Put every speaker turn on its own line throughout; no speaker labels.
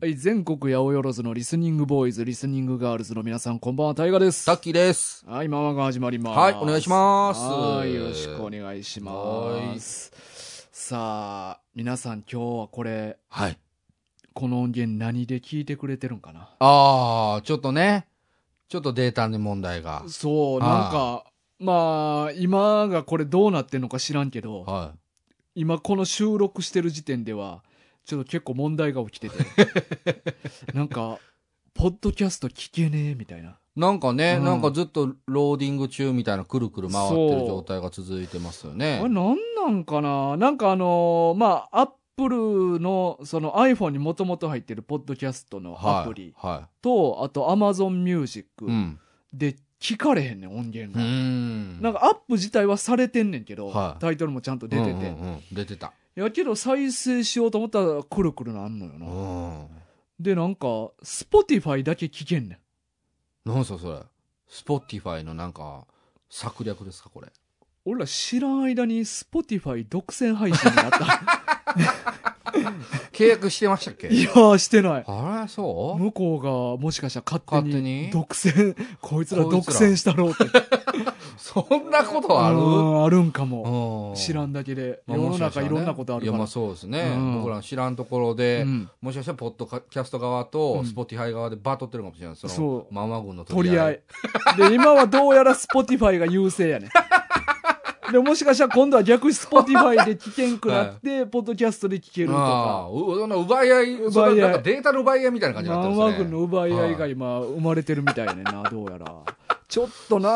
はい、全国八百万のリスニングボーイズ、リスニングガールズの皆さん、こんばんは、タイガです。
さっきーです。
はい、ママが始まります。
はいお願いします
はい、よろしくお願いします。さあ、皆さん今日はこれ、
はい。
この音源何で聞いてくれてるんかな
ああ、ちょっとね、ちょっとデータの問題が。
そう、なんか、まあ、今がこれどうなってんのか知らんけど、
は。
今この収録してる時点ではちょっと結構問題が起きててなんかポッドキャスト聞けねえみたいない
なんかね、
うん
なんかずっとローディング中みたいなくるくる回ってる状態が続いてますよ
あ
ね
れ。なんなんかななんかあのーまあアップルのその iPhone にもともと入ってるポッドキャストの
はい。
アプリ
は
と、あと AmazonMusic
い。うん。
で聞かれへんねん音源
う
が、
ん。
なんかアップ自体はされてんねんけど、
はい
タイトルもちゃんと出てて、
うんうんうん出てた。
やけど再生しようと思ったらくるくるなんのよ
う
な、
ん。
でなんか Spotify だけ聞けんねん
なんすかそれ。スポティファイのなんか、策略ですかこれ。
俺ら知らん間に Spotify 独占配信にな った。
契約してましたっけ
いやー、してない。
あれそう
向こうがもしかしたら勝手に
勝
独占、 こいつら
こい
独
つら
占したろうって。
そんな ことあ
う
る
んあるんかも。
う
知らんだけで。
ま
世
あも
の
しかし
中
たら
い
ね
ろんなことある
い
か
や、ま
ら。
あそうですね。
うん
僕らの知らんところで、
うん
もしかしたら、ポッドキャスト側と、
うん
スポティファイ側でバトってるかもしれない。その、
そう
ママ軍の
取り合い。で、今はどうやら Spotify が優勢や ね。で、もしかしたら今度は逆に Spotify で聞けんくな って、ポッドキャストで聞けると
ああ、
か。
うそんな奪い合
奪い
い、
合い
そんななんかデータの奪い合いみたいな感じにな
マ
って
ン
ま
ワ
すね。
軍の奪い合いが今生まれてるみたいやねんな、どうやら。ちょっとな
そんな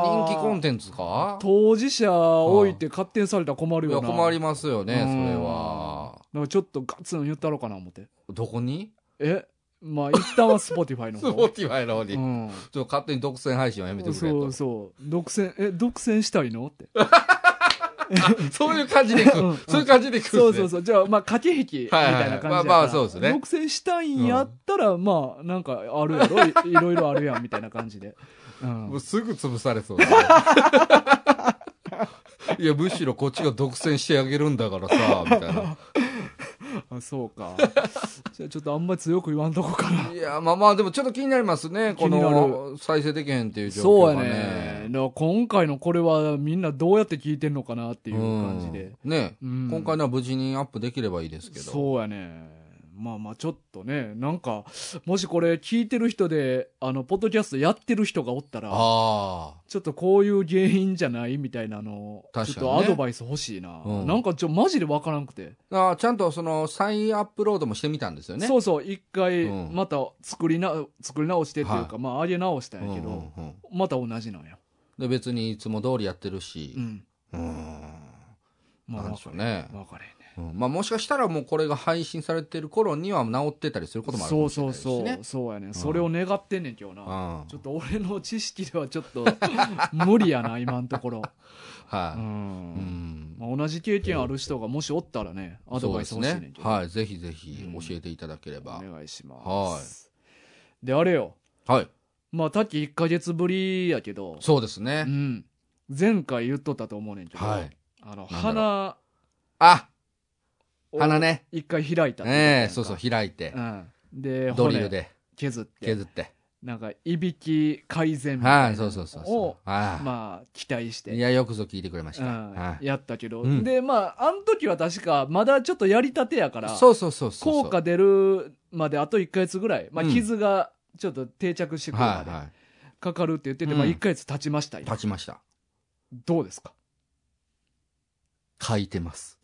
ー
人気コンテンツか
当事者置いて勝手にされたら困る
い
よ
や、
な。
困り
ま
ますよね、それは。
なんかちょっとガッツン言ったろうかな思って。
どこに
えまあ、一旦は Spotify の
ス
方。
ポティファイの方に。
う
ちょっ
ん。
と勝手に独占配信はやめてくれ
そ
と
う。そう。独占、え、独占したいのって。
そういう感じでいく
うん。
そういう感じでいくんですね。
そうそうそう。じゃあ、まあ、駆け引きみたいな感じやから、
はいはいはいまあまあそうですね
独占したいんやったら、まあ、なんかあるやろい いろいろあるやん、みたいな感じで。うん
もう。すぐ潰さ れそうだねいや、むしろこっちが独占してあげるんだからさ、みたいな。
あそうか。じゃあ、ちょっとあんまり強く言わんとこかな。
いや、まあまあ、でもちょっと気になりますね。こ
気にな
の、再生できへんっていう 状
そう
況
や
が
ね。だ
ね。
から今回のこれはみんなどうやって聞いてんのかなっていう感じで。
うんね、
うん
今回のは無事にアップできればいいですけど。
そうやね。まあまあちょっとね、なんか、もしこれ聞いてる人で、あの、ポッドキャストやってる人がおったら、
あ
ちょっとこういう原因じゃないみたいなの、ちょっ
確かにね
とアドバイス欲しいな。
うん
なんかちょ、マジでわからんくて。
あ。あーちゃんとその、再アップロードもしてみたんですよね。
そううそう、一回、
うん
また作りな、作り直してっていうか、
は
まあ上げ直したんや
ん
け
う
ど、
んうん
また同じなんや。
で、別にいつも通りやってるし
う。ん。
うん。
まあ、
なん
わ
でし
か
ょう
れへ
ね
ん。わかれへんね。
うんまあもしかしたらもうこれが配信されてる頃には治ってたりすることもあるか
そ
も
う
しれ
そ
な
うそ
いですしね
う。。そうやね。それを願ってんねん、今日な。
うん
ちょっと俺の知識ではちょっと無理やな、今のところ。う
は
ん
い。うん。
まあ、同じ経験ある人がもしおったらね、アドバイス欲しいねんけど、
はい。ぜひぜひ
うん
教えていただければ。
お願いします。で、あれよ、
はい。
まあ、さっき1ヶ月ぶりやけど、
そうです
う
ね。
ん、前回言っとったと思うねんけど、
はい。
あの
なんだろう
花
あ、
を
花ね。
一回開いたって言ったやん
ねえ、
か
そうそう、開いて
う、ん、で、
ドリル
骨
で
削って、
削って。
なんか、いびき改善みた
はい
な
い、そ
の
うそうそう
を
そ、う。は
まあ、期待して
い。い。や、よくぞ聞いてくれました。は
うん、やったけど、
うん
でまああの時は確かまだちょっとやりたてやから
い。そうそうそうそう。
効果出るまであと1ヶ月ぐらい、まあ、
うん
傷がちょっと定着してくるま
はい
で
は
かかるって言ってて、
うん
まあ、1ヶ月経ちました
い。
よ、
立ちました。
どうですか
書いてます。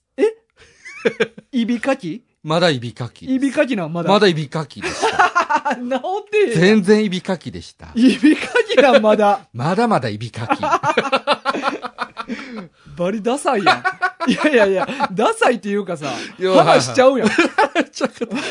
いびかき
まだいびかき。
いびかきなんまだ
まだいびかきでした。
あ治ってへん
全然いびかきでした。
いびかきなんまだ
まだまだいびか き。
バリダサいや んいやいやいやダサいっていうかさ
いや
話しちゃうやん、
い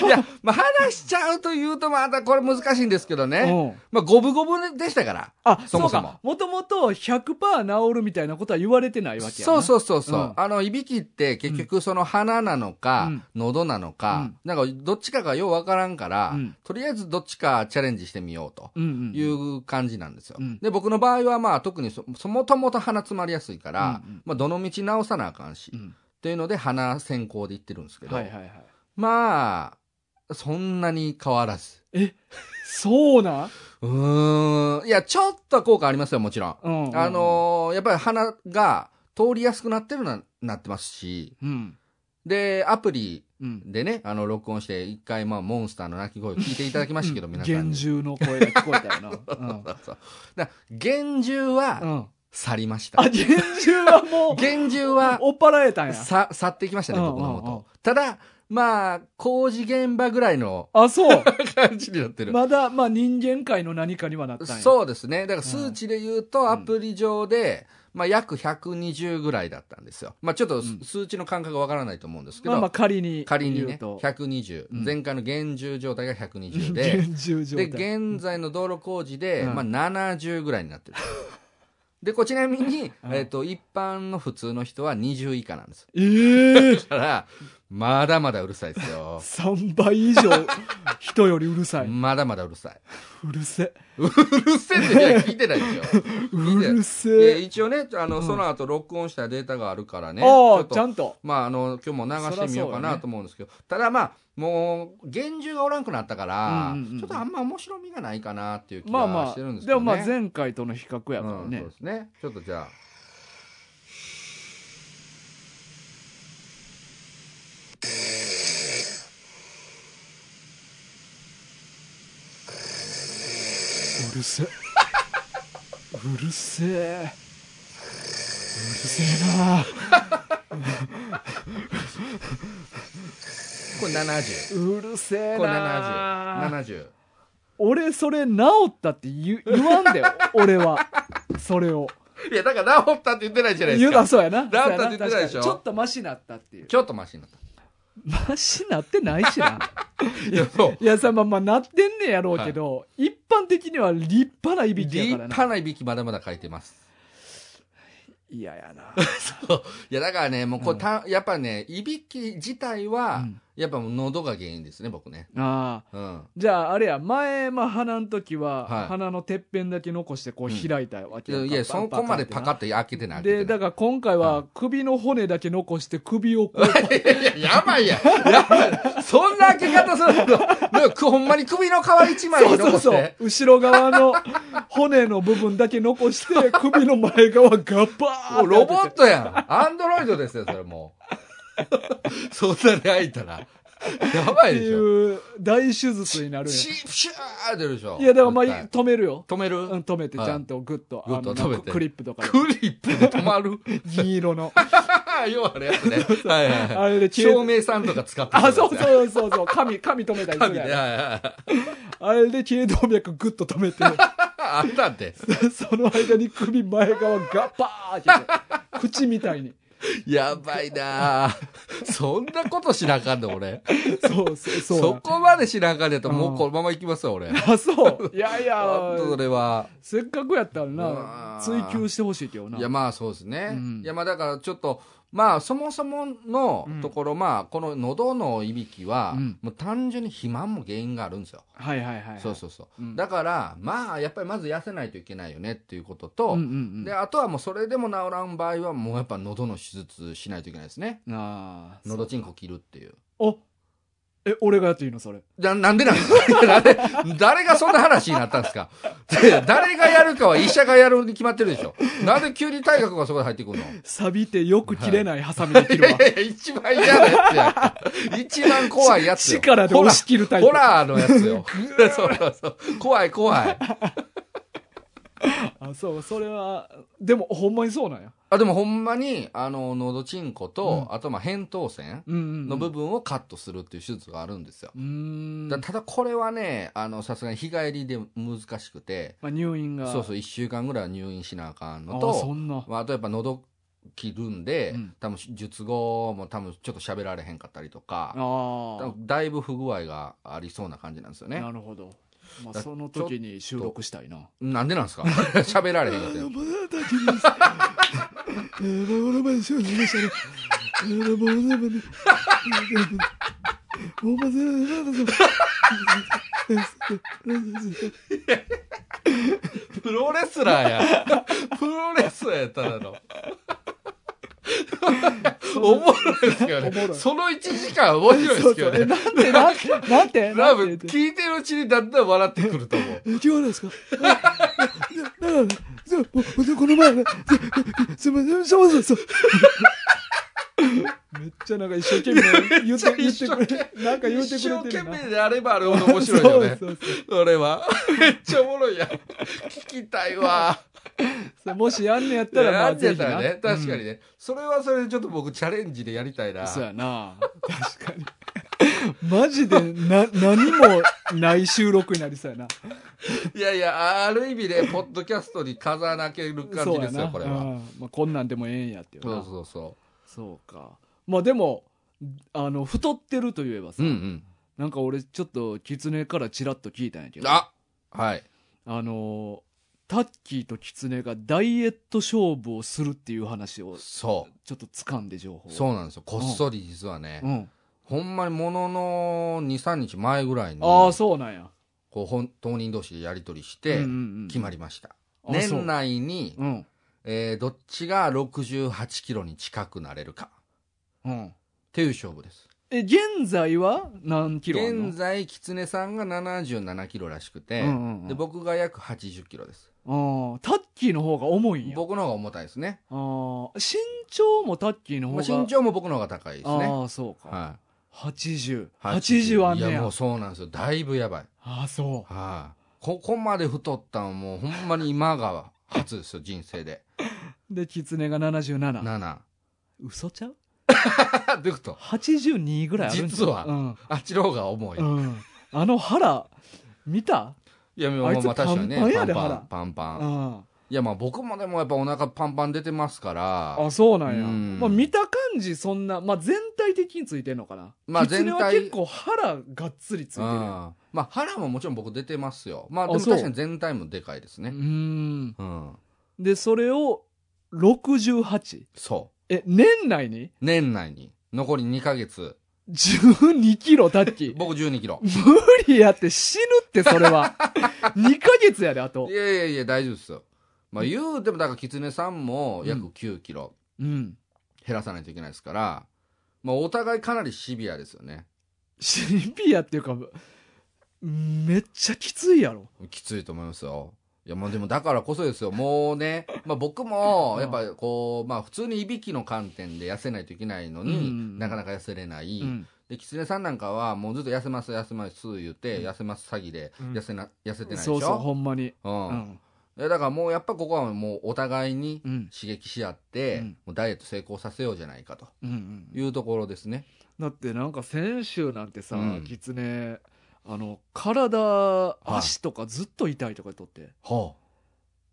や、まあ、話しちゃうと言うとまたこれ難しいんですけどね。
うん、
まあ、五分五分でしたから。
あそ
そも
う
そも
かもともと100%治るみたいなことは言われてないわけや
そう
う
そうそうそう、
うん
あの、いびきって結局その鼻なのか、
うん
喉なのか、なんかどっちかがようわからんから、
うん
とりあえずどっちかチャレンジしてみようと
うんうん
いう感じなんですよ。
うん
で、僕の場合はまあ特にそ、そもともと鼻詰まりやすいから、
うんうん
まあ、どの道直さなあかんし、
うん
というので鼻先行で行ってるんですけど、
はいはいはい
まあ、そんなに変わらず。
そうなん
うーん。いや、ちょっと効果ありますよ、もちろん。
うん。
あ、のーやっぱり鼻が通りやすくなってるな、なってますし、
うん。
で、アプリ
うん。
でね、あの、録音して、一回、まあ、モンスターの鳴き声を聞いていただきましたけど、皆さん
厳
に。
重の声が聞こえ たよな。うん
そうそうだ厳重は、
うん。
去りました
あ、。厳重はもう、
厳重は、
追っ払えたんや。
さ、去っていきましたね、
うん
僕の
う
こ
んうん
と。ただ、まあ、工事現場ぐらいの
あ、そう。
感じになってる。
まだ、まあ人間界の何かにはなったんや。う。
そうですね。だから数値で言うと、
ん
アプリ上で、まあ約120ぐらいだったんですよ。まあちょっと
ん
数値の感覚わからないと思うんですけ
まあまあ
ど、
仮に。
仮にね、
言うと
120
うん。
前回の現住状態が120で、
厳重状
で、
態。
現在の道路工事で、
うん
まあ70ぐらいになってる。で、こうちなみに、
うん
えっと、一般の普通の人は20以下なんです。
ええ
だから、まだまだうるさいですよ。
三3倍以上、人よりうるさい。
まだまだうるさい。
うるせ。
うるせえっていや聞いてないですよ。
うる
で
せえ。
一応ね、あ
う
の、
ん
その後録音したデータがあるからね。
ああ、
ちょっと
ちゃんと。
まあ、あの、今日も流してみようか
そらそうよ
な
ね
と思うんですけど、ただまあ、もう、厳重がおらんくなったから、
うんうんうん
ちょっとあんま面白みがないかなっていう気
まあま
が
あ、
してるんですけ
で
ど、
も
ね。
まあ前回との比較やから
うん、
ね
そう。ですね。ちょっとじゃあ。
うるせえうるせえうるせえな
これ70。
うるせえ
これ70。
な
70。
俺それ治ったって言う言わんで 俺はそれを
いや、だから治ったって言ってないじゃないで
言
す
うな
か。
そうやな
治ったっ
そう
て
や
言ってないでし
確か
ょ
にちょっとマシなったっていう
ちょっとマシになった。
マシなってないしな
いや、そ う。
いやさまあまあなってんねやろうけど、一般的には立派ないび
立
きやからな
派ないびきまだまだ書いてます。
嫌やな
いや、だからね、もうこれた、やっぱね、いびき自体は、
うん
やっぱもう喉が原因ですね、僕ね。
ああ
うん。
じゃああれや前、まあ、鼻の時は、
はい
鼻のてっぺんだけ残してこう開いたわけ
いや、
ん
いやそこまでパカって開けてない。
で、だ
開
から今回
は
は首の骨だけ残して首をこう、
けてないいやいや、やば いやん。やばい。そんな開け方するのなんかくほんまに首の皮一枚
そう
に残して。
そうそう、後ろ側の骨の部分だけ残 して、首の前側ガバー
もう
ッ
ロボ
て
ットやん。アンドロイドですよ、それもう。そんなに開いたら。やば
当てて
い
って
でしょ。
いう大手術になるんや
シープシャー出るでしょ。
いや、だからまあ
絶対
止めるよ。
止める、
うん、止めて、ちゃんとグッと、
グッと
あの
止めて
クリップとかで
クリップで止まる
銀色の。
要はあれやつね。はいはいは い。
あれで消え
照明さんとか使って
あ、そう
う。
そうそうそう、髪、髪止めたりす
神
る
ね。はい
やん
はいはい。
あれで頸動脈グッと止め て、
あったって。
その間に首前側ガバーッて、口みたいに。
やばいな あそんなことしなあかんの、俺。
そうそう
そ
そう。
こまでしなあかんのやったらもうこのまま行きますよ、俺。
あ、そう。いやいや
あ、とそれは。
せっかくやったら
う
な
わ、
追求してほしいけどな。
いや、まあそうですね。
うん
いや、まあだからちょっと、まあそもそものところ、まあこの喉のいびきは、
うん
もう単純に肥満も原因があるんですよ。
はいはいはいはい。
そうそうそう。
うん
だから、まあやっぱりまず痩せないといけないよねっていうことと、
うんうんうん。
で、
あ
あとはもうそれでも治らん場合は、もうやっぱ喉の手術しないといけないですね。
あ。
喉チンコ切るっていう。
おえ、俺がやっていいのそれ。
な、なんでなん ですかなんで誰がそんな話になったんですか いや誰がやるかは医者がやるに決まってるでしょ。なんで急に大学がそこで入ってくるのい
錆びてよく切れないハサミで切る
やい
わ。
や、一番嫌なやつや。一番怖いやつよ。
力で
ほら
押し切るタイプ。
ホラーのやつよ。 そうそうそう。怖い怖い。
あ、そう、それは、でもほんまにそうなんや。
あ、でもほんまに、あの、喉チンコと、あとまあ、扁桃腺
うんうんうん。
の部分をカットするっていう手術があるんですよ。
うーん。
だただこれはね、あの、さすがに日帰りで難しくて、
まあ入院が。
そうそう、1週間ぐらいは入院しなあかんの
あ
と、
そんな。
まあ、あとやっぱ喉切るんで、
うん
多分術後も多分ちょっと喋られへんかったりとか、多
あ
分だいぶ不具合がありそうな感じなんですよ
あ。
ね
な。るほど。まあ
だ
その時に収録したいな。
なんでなんですか 喋られへんかったよ。
まだ大丈夫です。えー、まだまだ承知しましたね。えー、まだまだまだ。もうまず、まだま
プ ロレスラーや。プロレスラーやっただの。 おもろいですよ
おもろ
ね。
い
その1時間面白いですけど
え
ね。
なんて、なんて、なんて、な
多
んて
分
言って
聞いてるうちにだんだん笑ってくると思う。
違うんですかだだからね、そうおおこの前ね、すすみません、そうそうそう。めっちゃなんか一生懸命言って
め
言
っ
っ
ち
て
ゃ
くれ、なんか言って
一
くれ
生
て
懸
るな。。
命であればあるほど面白いよね
そうそうそう
それは。 めっちゃおもろいやん。聞きたいわ。
そうもしやんねやったら、ま
な
あ
んで
ぜひ
た
な。
らね。確かにね。それはそれでちょっと僕チャレンジでやりたいな。
そうやな。確かに。 マジで、な、何もない収録になりそうやな。
いやいや、ある意味で、ポッドキャストに飾らなける感
そ
じ
うや
です
な。
よ、これは。
うんまあ、こんなんでもええんやっていう
そう
な。
そうそ
そうか。まあでも、あの、太ってるといえばさ
う。うんう、ん。
なんか俺ちょっと狐からチラッと聞いたんやけど、あ
あはい。
のー、タッキーと狐がダイエット勝負をするっていう話を
そ
ちょっと掴んで情報を
う。そうなんですよ。こっそり実はね
う、ん。
ほんまにものの2、3日前ぐらいに、
ああ、
こ
そうなんや。
う本当人同士でやり取り
う
し
ん
て
う、んうん
決まりました。
あそう
年内に、
うん。
えーどっちが68キロに近くなれるかっ
うん。
ていう勝負です。
え、現在は何キロあんの
現在、キツネさんが77キロらしくて、
うんうんうん
で僕が約80キロです。
ああタッキーの方が重いんや。
僕の方が重たいですね。
ああ身長もタッキーの方
まあ、
が。
身長も僕の方が高いですね。
ああ、そうか。
は
80。
い。
80あんね
いや、
や。
もうそうなんですよ。だいぶやばい。はい、
ああ、そう。
ここまで太ったのもうほんまに今が初ですよ、人生で。
で、狐が77。
7。
嘘ちゃう
どういうこと
?82 ぐらいあるんちゃう
実は
うん。
あっちの方が重い。
うんあの腹、見た
いや、ま
あ
あ
いつ
まあ確かにね。
パンパン
パ
や
ン
で
パ
腹
ン。パンパン。
あ
いや、まあ僕もでもやっぱお腹パンパン出てますから。
あ、そうなんや。
うん
まあ見た感じ、そんな、まあ全体的についてんのかな。
まあ
狐は
全体
結構腹がっつりついてるやん。
うんまあ腹ももちろん僕出てますよ。まあでも
あそう
確かに全体もでかいです
う
ね。
ん。
うん。
で、それを 68?
そ
え、年内に
う。年内に。残り2ヶ月。
12キロタッ キー。
僕12キロ。
無理やって死ぬってそれ は。2ヶ月やで、あと
い。やいやいや、大丈夫ですよ。まあ言うても、だから、キツネさんも約9キロ
うん。
減らさないといけないですから、まあお互いかなりシビアですよね。
シビアっていうか、めっちゃきついやろ。
きついと思いますよ。いや、まあでもだからこそですよ。もうね、まあ僕も、やっぱこう、まあ普通にいびきの観点で痩せないといけないのに、
うん
なかなか痩せれない。
うん。
で、キツネさんなんかは、もうずっと痩せます、痩せます、言って、
うん
痩せます詐欺で、
うん
痩せな、痩せてないでし
そ
ょ
うそう、ほんまに。
う。
うんん。
でだからもうやっぱここはもうお互いに
うん。
刺激し合って、
うん
もうダイエット成功させようじゃないかと
うんうん。
いうところですね。
だってなんか先週なんてさ、
うん
キツネあの体
い
足とかずっと痛いとか言っとって
ほ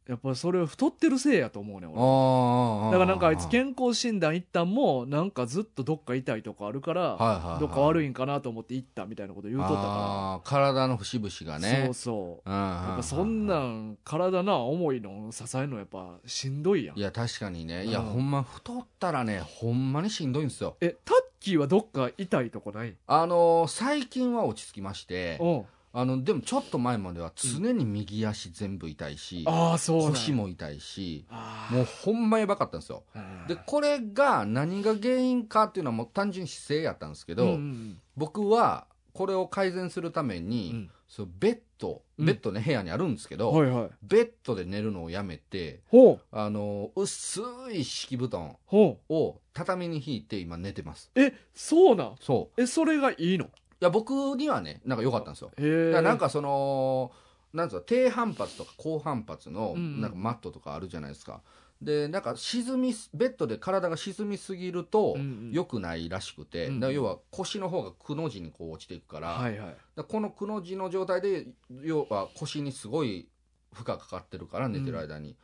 やっぱりそれは太ってるせいやと思うね
う
俺
ああ。
だからなんかあいつ健康診断行ったんもなんかずっとどっか痛いとかあるから、
はい
どっか悪
い
いんかなと思って行ったみたいなこと言う
言
とったか
あー体の節々が
ら、
ね。
そうそう
うんうん
やっ
う
ぱそんなん体な重いの支えるのやっぱしんどいやん
いや、確かにね。いや、
うん
ほんま、太ったらね、ほんまにしんどいんですよ。
えタッキーはどっか痛いとこない
あのー最近は落ち着きまして、
おう
あの、でもちょっと前までは常に右足全部痛いし、
ああそうなんや
腰も痛いし、
あー
もうほんまやばかったんですよ。で、これが何が原因かっていうのはもう単純に姿勢やったんですけど、
うんうん
僕はこれを改善するため
う
に、
ん
そうベッド、
うん
ベッドね、部屋にあるんですけど、
はいはい
ベッドで寝るのをやめて、
ほう
あの、薄い敷布団
ほ
を畳に引いて今寝てます。
うえそうなん
そう。
えそれがいいの
いや、僕にはね、なんか良かったんですよ。
へえ
だからなんかその、なんつうの、低反発とか高反発の、
うんうん
なんかマットとかあるじゃないですか。で、なんか沈みす、ベッドで体が沈みすぎると、良
く
くないらしくて、
うん
だから要は腰の方がくの字にこう落ちていくから、
はいはい
だからこのくの字の状態で要は腰にすごい負荷かかってるから寝てる間に、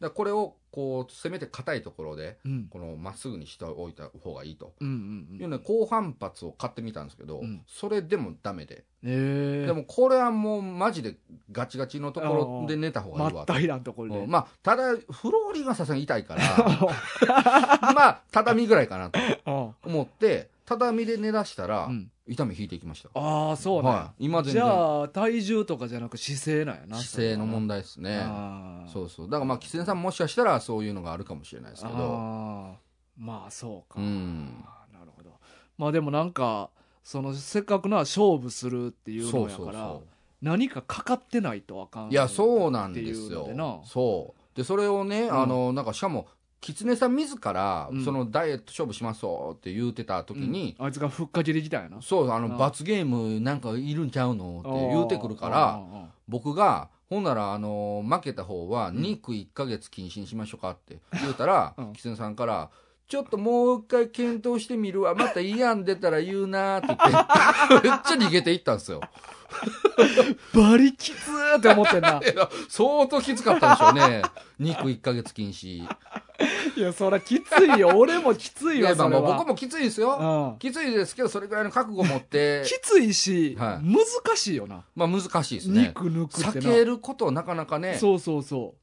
だからこれをこうせめて硬いところで
うん
このまっすぐにしておいた方がいいと。
うんうん
いううんね、高反発を買ってみたんですけど、
うん
それでもダメで、
へえ
でもこれはもうマジでガチガチのところで寝た方
ま
がいいわ
ったいらんところ
う
で
んまあただフローリングはさすがに痛いから まあ畳ぐらいかなと
あ
思って畳で寝だしたら、
うん
痛み引いていきました
あーそうなんや
はい今全然
じゃあ体重とかじゃなく姿勢なんやな
姿勢の問題ですね
あー
そうそうだからまあキツネさんもしかしたらそういうのがあるかもしれないですけど
あまあそうか、
うん。
あーなるほどまあでもなんかそのせっかくな勝負するっていう
そ
のや
うそ
か
う
ら
そ
何かかかってないとあかん
う。いや、そうなんです
って
よ
いうの。
そう。で、それをね、
ん
あの、なんか、しかも、狐さん自ら
う、ん
そのダイエット勝負しますよって言うてた時に、
うんあいつがふっかけてきたんやなって
そう、あの、
あ
罰ゲームなんかいるんちゃうのって言うてくるから、僕が、ほんなら、あの負けた方は、肉1ヶ月禁止にしましょうか って言うたら
うん、
キツネさんから、ちょっともう一回検討してみるわ。またいい案出たら言うなーって言 って、めっちゃ逃げていったんですよ。
バリきつーって思ってん な
いや相当きつかったんでしょうね。肉1ヶ月禁止。
いやそらきついよ俺もきつい
い
よ
や、ま
そ
あ
れ
まあ
は
僕もきついですよ。
うん
きついですけど、それぐらいの覚悟を持って、
きついし、
は
難しいよな、
まあ難しいですね。
肉抜くって
避
な
けることをなかなかね。
そうそうそ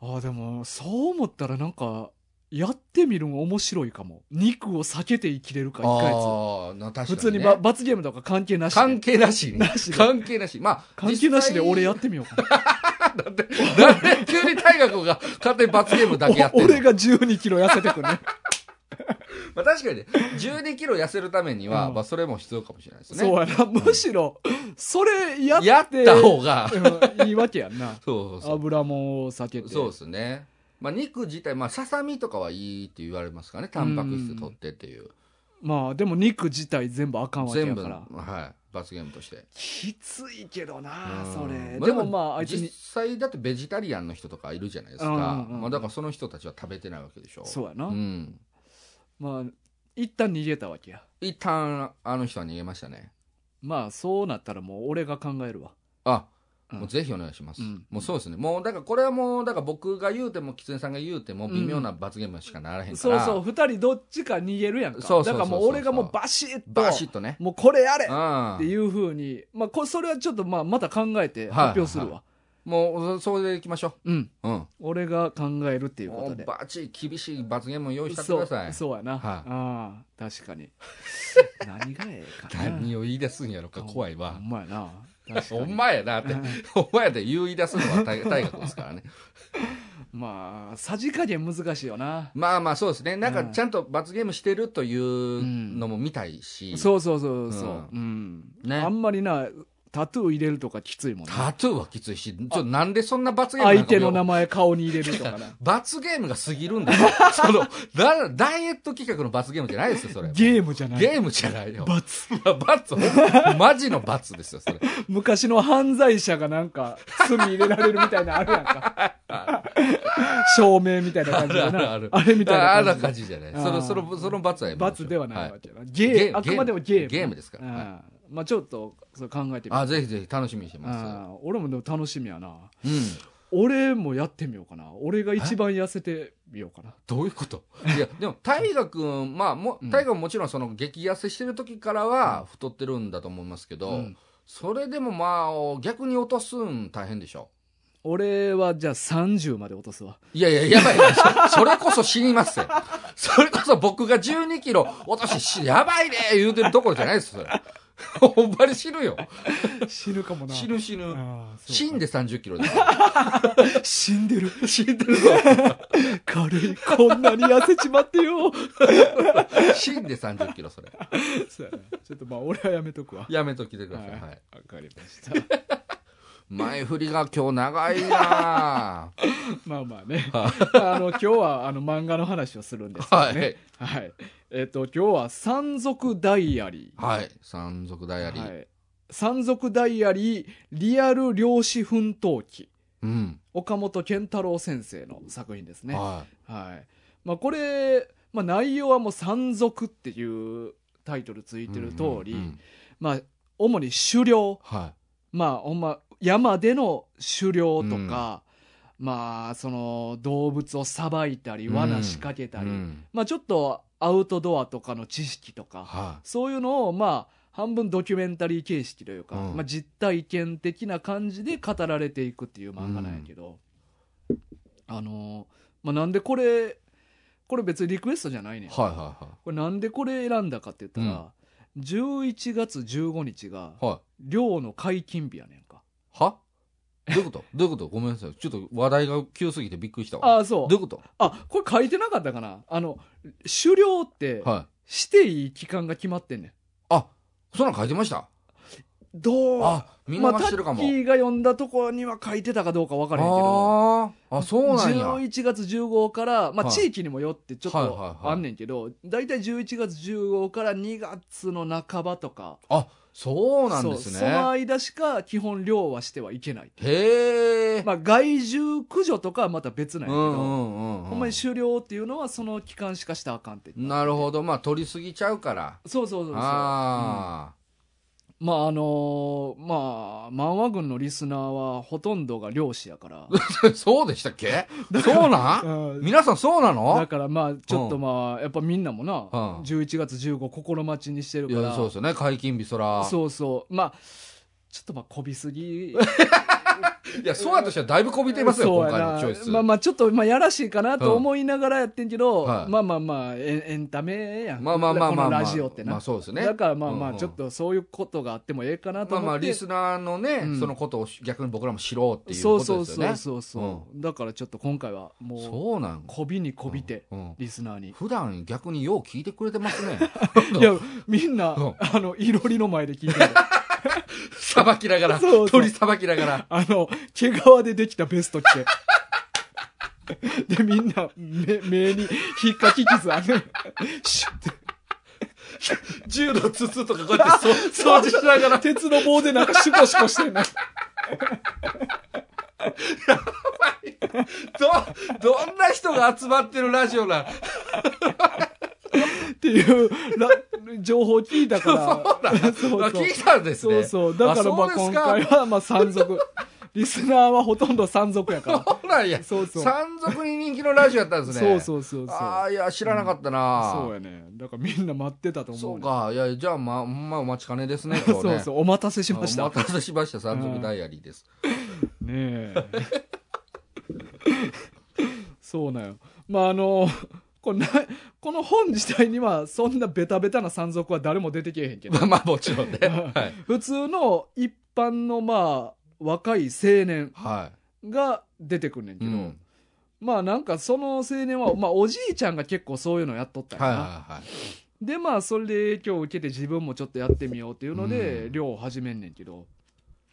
うあーでもそう思ったらなんかやってみるの面白いかも肉を避けて生きれるか一回つ
ああ、な確かに、ね。
普通にば罰ゲームとか関係なしで
関係なしに
なしで
関係なし。まあ、
関係なしで俺や
っ
ってみようか
たんで、なんで急に大学が勝手に罰ゲームだけや
な
ってる
俺が1 2キロ痩せてくね
まあ確かにね、12キロ痩せるためには、
うん
まあそれも必要かもしれないですね。
そうやなむしろそれやって
やった方が、
うんいいわけやんな
そうそう
油も避けて
そうですね。まあ肉自体、まあささみとかはいいって言われますからね、タンパク質取ってっていう。
まあでも肉自体全部あかんわけ
全
や
部、
から
はい、罰ゲームとして。
きついけどな
うん
それ
あ
でもまああいつに
実際だってベジタリアンの人とかいるじゃないですか。
うんうんうん
まあだからその人たちは食べてないわけでしょ。
そうや
う
な
うん。
まあ一旦逃げたわけや
一旦、あの人は逃げましたね。
まあそうなったらもう俺が考えるわ
あ、
うん
もうぜひお願いします、
うん
もうそうですね。もう、だからこれはもう、だから僕が言うても、狐さんが言うても、
うん
微妙な罰ゲームしかならへんか
そう
ら。
そう二人どっちか逃げるやんか
そうそうそうそう
だからもう俺がもうバシッと
バシッとね。
もうこれやれ
う
って
ん。
いうふうにまあこそれはちょっとまあまた考えて発表するわ、
はもう、そそれでいきましょ
うん
う。うん。
俺が考えるっていうこ
も
と
う
で
バチ、厳しい罰ゲームを用意してく
そ
だ
う
さい。
そうやな、
は
ああ確か に何がええかな
何を言い出すんやろか、怖い
ほ
わ。
んまやな確か
お
に
前やなって、お前やで言い出すのは大大学ですからね。
まあさじ加減難しいよな
まあまあそうですね。なんか
うん
ちゃんと罰ゲームしてるというのも見たいし。
そうそうそうそう、うん
ね
あんまりなタトゥー入れるとかきついもんね
タトゥーはきついし、ちょ、なんでそんな罰ゲームな
相
んか
手の名前顔に入れるとかな
罰ゲームが過ぎるんです よ。その、だ、ダイエット企画の罰ゲームじゃないですよ、それ。ゲ
ゲームじゃない
ームじゃないよ。
罰
いや 罰、マジの罰ですよ、それ。
昔の犯罪者がなんか罪入れられるみたいなのあるやんか 証明みたいな感じでなあれみた
あ
い
ん
な
な
感
感
じ
じじゃない。
あー
その、その、その罰はやめましょう
罰ではないわ
い
けやな、ゲ
ゲ
ー
ー
ムあくまでもゲーム
ゲームですから
うん
は
まあちょっとそれ考えてみよう
あ、ぜひぜひ楽しみにしてま
うん俺もでも楽しみやな
す。うん。
俺もやってみようかな俺が一番痩せてみようかな
どういうこといや、でも、大河君、まあ、も、
うん
大河ももちろんその激痩せしてる時からは太ってるんだと思いますけど、
うん
それでもまあ、逆に落とすん大変でしょ。
俺はじゃあ30まで落とすわ
いやいや、やばいね。そそれこそ死にますよ。それこそ僕が12キロ落としてし、やばいね言うてるところじゃないですよ、それ。ほんまに死ぬよ。
死ぬかもな
死ぬ死ぬ。
ああそう
死んで30キロです。
死んでる
死んでるぞ。
軽いこんなに痩せちまってよ
死んで30キロ、それ。
そうやなちょっとまあ俺はやめとくわ
やめときてください。
はい
は
わ
い。
かりました
前振りが今日長いなぁ
まあまあねあの今日はあの漫画の話をするんですけどねはい、えっ、と今日は「山賊ダイアリー」
はい。山賊ダイアリー。
はい、山賊ダイアリーリアル漁師奮闘記
うん。
岡本健太郎先生の作品ですね。は
はい。
い。まあこれ、まあ内容はもう山賊っていうタイトルついてる通り、
うんうんうん
まあ主に狩猟、
は
まあほんま山での狩猟とか、まあその動物をさばいたり
うん
罠仕掛け
い。
たり、
うん
まあちょっとアウトドアとかの知識とか、
は
そういうのをまあ半分ドキュメンタリー形式というか、
うん
まあ、実体験的な感じで語られていくっていう漫画なんやけど、あのーまあ、なんでこれこれ別にリクエストじゃないね
い。
ん
はいは
これなんでこれ選んだかって言ったら、11月15日が
いはい。はい。
漁の解禁日やねんか
はどういうことどういうことごめんなさい。ちょっと話題が急すぎてびっくりしたわ。
ああ、そ
どう
う
い。うこと
あ、これ書いてなかったかなあの、狩猟って、
は
していい期間が決まってんねん。
い。あ、そんなん書いてました
どう
あ、みんな
まあ、
忘
タ
してるか
ッ
も。
キーが読んだとこには書いてたかどうか分からへんけど。
ああー、あ、そうなんや。
11月15から、まあ、
はい
地域にもよってちょっ
はいはい
と
はい
あんねんけど、大体11月15から2月の半ばとか、
あ、そうなんで
そ
す
うその
ね。
間しか基本漁はしてはいけない。
へえ。
まあ、害獣駆除とかはまた別なん
う
やけど、
んうんうんうん。
ほんまに狩猟っていうのはその期間しかしたらあかんって。
なるほど。まあ、取りすぎちゃうから。
そうそうそうそう。
あ
まああのーまあ、漫画軍のリスナーはほとんどが漁師や から。
あ。 そうでしたっけ そうなん
うん
皆さんそうなの
だからまあ、ちょっとまあ、やっぱみんなもな、
うん
11月15心待ちにしてる
い
か
や、
ら。
そうですよね。解禁日、そら。
そうそうまあ、ちょっとまあ、こびす ぎ。
いや、そうやとしたらだいぶこびてますよ、
そう
今
やな
回のチョイス。
まあまあ、ちょっとまあ、やらしいかなと思いながらやってんけど、
うんはい
まあまあまあ、エンエンタメやん。
まあまあまあまあまあ
このラジオってな。
まあそうですね
だからまあま
う
あ、
んうん
ちょっとそういうことがあってもええかなと
ま
思っ
あ
て。
まあ、リスナーのね、
うん
そのことをし逆に僕らも知ろうっていう
そ
こ
うそ
と
う
ですよね。
そうそうそう、だからちょっと今回はもう
そうなん
こびにこびて、
うん
リスナーに、
普段逆によう聞いてくれてます ね。
い やみんな、
うん
あのいろりの前で聞いてる
さばきながら、
そうそう
鳥さばきな がら。
あの毛皮でできたベスト着て でみんな目目にひっかき傷あるシュッて
銃の筒とかこうやってそ掃除しな がら。
鉄の棒でなんかシュコシュコしてんな
ど、どんな人が集まってるラジオなん。
っていうら情報を聞いた
そう
か
な
ら
んだ。
そう
あ
そう
聞いたんです
そ
ね。
うそうだからまあ
そう
今
です
回はまあ山賊リスナーはほとんど山賊やから
そうなんや。
そうそう
山賊に人気のラジオやったんですね。
そうそうそうそう
ああ、いや、知らなかったな。
そうやねだからみんな待ってたと思う
そ
ね
うか。いや、じゃあ、まあ、ほんまあ、お待ちかねですね、
そ
今
う
日ね。
そうお待たせしまし
あ
た
お待たせしました。山賊ダイアリーです。
ねえそうなんよまああのこれなこの本自体にはそんなベタベタな山賊は誰も出てけえへんけど
まあ、まあ、もちろんね。はい。
普通の一般のまあ若い青年
は
が出てくんねん
い。
け
う
ど、
ん。
まあなんかその青年は、まあ、おじいちゃんが結構そういうのやっとったんや
はい
な、
はいはい。
でまあそれで影響を受けて自分もちょっとやってみようっていうので、
うん
漁を始めんねんけど、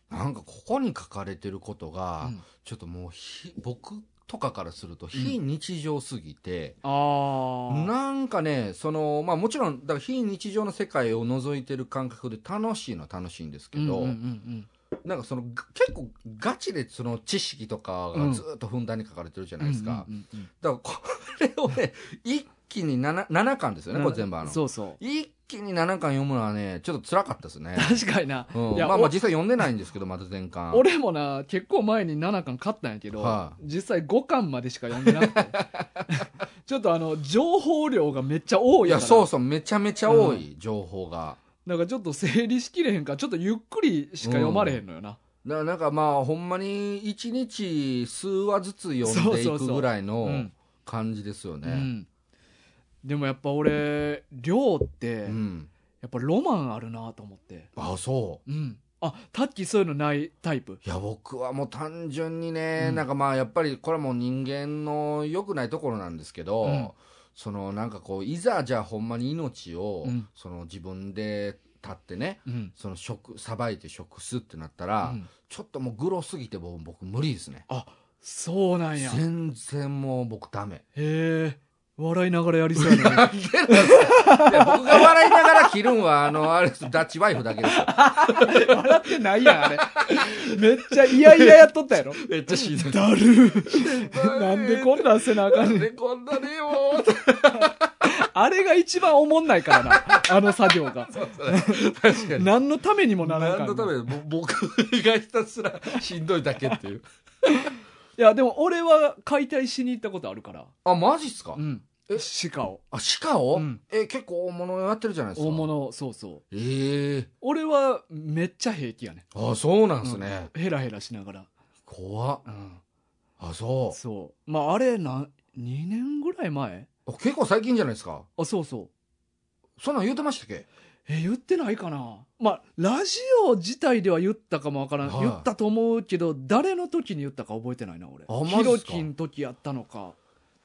なんかここに書かれてることが、
うん
ちょっともうひ僕とかからすると非日常すぎて、
ああ
なんかねその、まあ、もちろんだから非日常の世界を覗いてる感覚で楽しいのは楽しいんですけ
う
ど、
んうんうん
なんかそのが結構ガチでその知識とかがずっとふんだんに書かれてるじゃ
うん
ないですか、
うんうんうん
だからこれをね一気に 7, 7巻ですよねこれ全部あの
そうそう、
一気に7巻読むのはねちょっと辛かったですね
確かにな、
うん、
いや
まあまあ
お
実際読んでないんですけどまだ全巻
俺もな結構前に7巻買ったんやけど、
は
実際5巻までしか読んでなく てちょっとあの情報量がめっちゃ多い
い
から
や、そうそう、めちゃめちゃ多い、情報が。
なんかちょっと整理しきれへんからちょっとゆっくりしか読まれへんのよな、
だからなんかまあ、ほんまに一日数話ずつ読んでい
そうそう
く
そう
ぐらいうの
ん
感じですよ
う
ね。
んでもやっぱ俺漁って、
うん。
やっぱロマンあるなと思って
あ、そ
うんあタッキーそういうのないタイプ
う。いや、僕はもう単純にね、
うん
なんかまあ、やっぱりこれはもう人間の良くないところなんですけど、
うん
そのなんかこう、いざじゃあほんまに命を、
うん
その自分で立ってね、
うん、
その食、さばいて食すってなったら、
うん
ちょっともうグロすぎてもう僕無理ですね。
あそうなんやへ
全然もう僕ダメ。
え笑いながらやりそうやな
いや僕が笑いながら着るんは、あの、あれです、ダッチワイフだけですよ。
笑ってないやんあれめっちゃいやいややっとったやろ
めっちゃしん どい。
だるー なんでこんなんせなあか
なん
ね
ん
ん
でこんなねもうって
あれが一番おもんないからなあの作業が
確かに。
何のためにもならんから
何
な
のためにぼ僕がひたすらしんどいだけっていう。
いやでも俺は解体しに行ったことあるから
あ、マジっすか
うん
え
鹿を
あ、鹿を、
うん
え、結構大物やってるじゃないですか。
大。物そうそう
ええ
俺はめっちゃ平気やね
あ、そうなんすね。
ヘラヘラしながら、
怖っ。あ、そ
そうまああれな2年ぐらい前
う。あ結構最近じゃないですか。
あそうそう
そんなん言うてましたっけ
え言ってないかなまあラジオ自体では言ったかもわからん、
はい
言ったと思うけど誰の時に言ったか覚えてないな俺
あマジっす
ヒ
か
ロキの時やったのか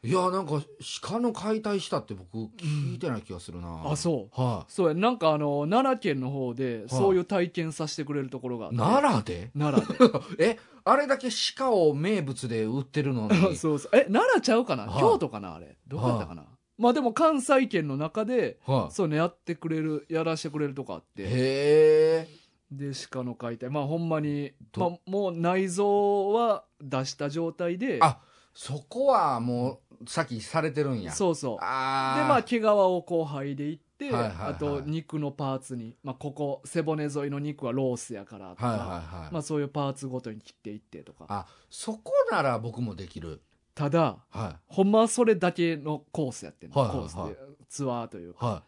いやなんか鹿の解体したって僕聞いてない気がするな、
あそう
は
そうやなんかあの奈良県の方でそういう体験させてくれるところがあっ
い
て
奈良で
奈良
えあれだけ鹿を名物で売ってるのに
で そうそうえ奈良ちゃうかな
はい
京都かなあれどこやったかなまあでも関西圏の中で
はい
そうねやってくれるやらしてくれるとこあって
へえ
で鹿の解体まあほんまに、ま
ど
あ、もう内臓は出した状態で
あそこはもう先されてるんや
そうそう
あ
でまあ毛皮をこう剥いでいって、
はいはいはい
あと肉のパーツに、まあ、ここ背骨沿いの肉はロースやからとか、
はいはいはい、
まあ、そういうパーツごとに切っていってとか
あそこなら僕もできる
ただ
は
ほんまはそれだけのコースやってんの、
はいはいはい
コースでツアーという
いは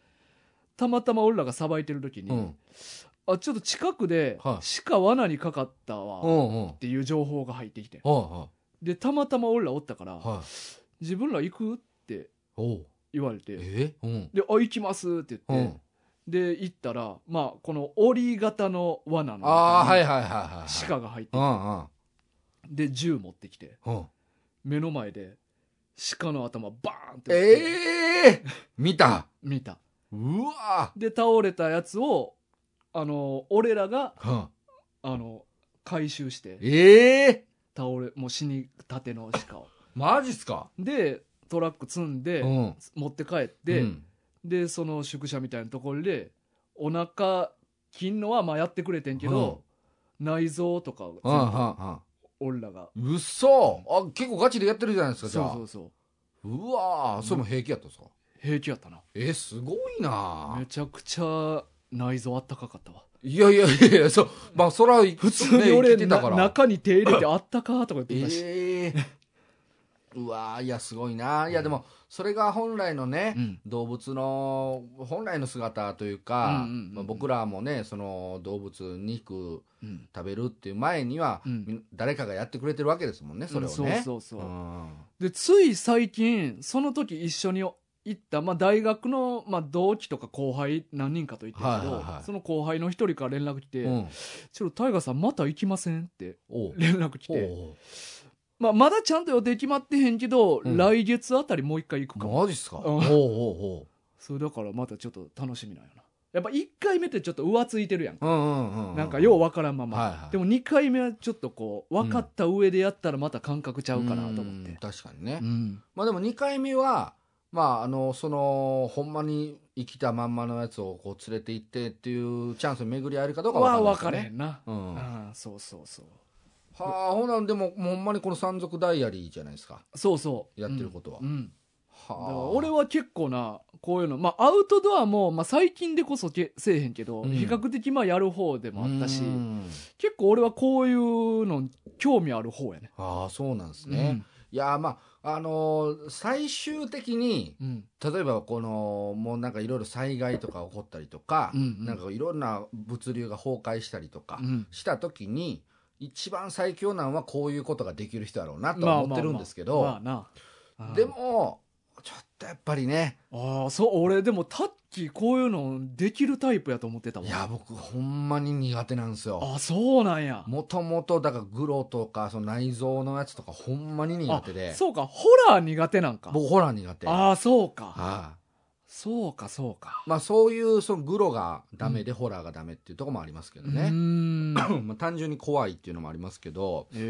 たまたま俺らがさばいてる時
い
に、
うん
あちょっと近くで
は
鹿罠にかかった
う
わっ
んうんはい
ていう情報が入ってきて
は
でたまたま俺らおったから、
いはい
自分ら行くって
おう
言われて
えうん
で「あ行きます」って
う
言って、
ん
で行ったらまあこの折り型の罠の
ああー
中
は
に
いはいはいはいはい
鹿が入って
う
て
んうん
で銃持ってきて
うん
目の前で鹿の頭バーンって撃って
ええ見た
見た
うわ
で倒れたやつをあの俺らが
うん
あの回収して
ええ
倒れもう死にたての鹿を
マジっすか
でトラック積んで、
うん
持って帰って、
うん
でその宿舎みたいなところでお腹切んのはまあやってくれてんけど、内臓とかを
うんうん
全
う
部
ん
俺らが
うっそあ結構ガチでやってるじゃないです
そう
かじゃあ
そうそう
うわーそれも平気やったんですか
平気やったな
えーすごいな
めちゃくちゃ内臓あったかかったわ
いやいやいやいやそうまあそら普
普通に俺、
てた
な
から
中に手入れてあったかとか言ってたし、
ええうわーいやすごいないやでもそれが本来のね、
うん
動物の本来の姿というか、
うんうんうんうん
まあ、僕らもねその動物肉
うん
食べるっていう前には、
うん
み誰かがやってくれてるわけですもんねそれをね、
うんそうそうそう、
うん
でつい最近その時一緒に行った、まあ、大学の、まあ、同期とか後輩何人かと言ってるけど、
はいはいはい
その後輩の一人から連絡来て「
うん
ちょっとタイガーさんまた行きません?」って
おう
連絡来
お
て、
う
まあ、まだちゃんと予定決まってへんけど、
うん
来月あたりもう一回行くかも
マジっすか、
ん
おうおう
それだからまたちょっと楽しみなんよなやっぱ1回目ってちょっと浮ついてるやん
おううんうんうん
なんかよう
わ
分からんまま、
はいはい
でも2回目はちょっとこう分かった上でやったらまた感覚ちゃうかなと思って
確かにね、
うん
まあでも2回目はまああのそのほんまに生きたまんまのやつをこう連れて行ってっていうチャンスを巡り合えるかどうか
は
わ
分
か
かられへ
ないですね
んな、
うん、は
ああそうそうそう
あほなんでもほんまにこの山賊ダイアリーじゃないですか
そうそう
やってることは
うんうんだ
は
から
あ
俺は結構なこういうのまあアウトドアも、まあ、最近でこそけせえへんけど、
うん
比較的まあやる方でもあったし
うん
結構俺はこういうの興味ある方やね
ああそうなんですね、いやまああのー最終的に
うんうん
例えばこのもうなんかいろいろ災害とか起こったりとか、
うんうん
なんかいろんな物流が崩壊したりとか、
うん
した時に一番最強なんはこういうことができる人だろうなと
まあまあま
は
あ
思ってるんですけ
まあ
ど
なああ
でもちょっとやっぱりね
ああそう俺でもタッキーこういうのできるタイプやと思ってたわ
いや僕ほんまに苦手なんですよ
あそうなんや
もともとだからグロとかその内臓のやつとかほんまに苦手で
あそうかホラー苦手なんか
僕ホラー苦手
ああそうか
は
そうかそうか
いまあそういうそのグロがダメでホラーがダメっていうところもありますけど
うー
ね、
ん
まあ単純に怖いっていうのもありますけど
え
い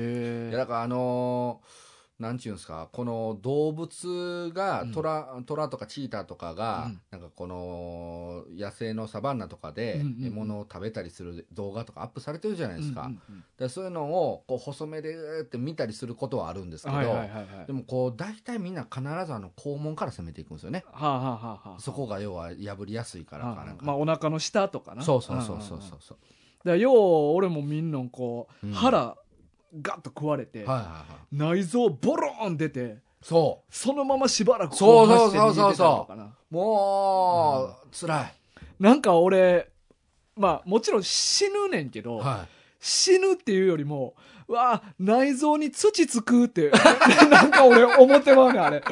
え
やだからあのーなんちゅうんですかこの動物が
うん
トラ,、トラとかチーターとかが、
うん
なんかこの野生のサバンナとかで
うんうんうん
獲物を食べたりする動画とかアップされてるじゃないですか,、
うんうんうん
でそういうのをこう細目でって見たりすることはあるんですけど、
はいはいはいはい
でもこう大体みんな必ずあの肛門から攻めていくんですよね
はあ、はあはあはあ、
そこが要は破りやすいから
は
か
あ
なんか、
まあお腹の下とかな
そうそうそうそうん
んんだ
そ
か
う、
らよう俺もみんなこう、
うん
腹ガッと食われて、
はいはいはい
内臓ボローン出て
そ
そのまましばらく
そうそ
こ走
う
って逃げてたのかな
うもう、辛い
なんか俺まあもちろん死ぬねんけど、
はい
死ぬっていうよりも、うわ あ、内臓に土つくって、なんか俺思ってまうねん、あれ。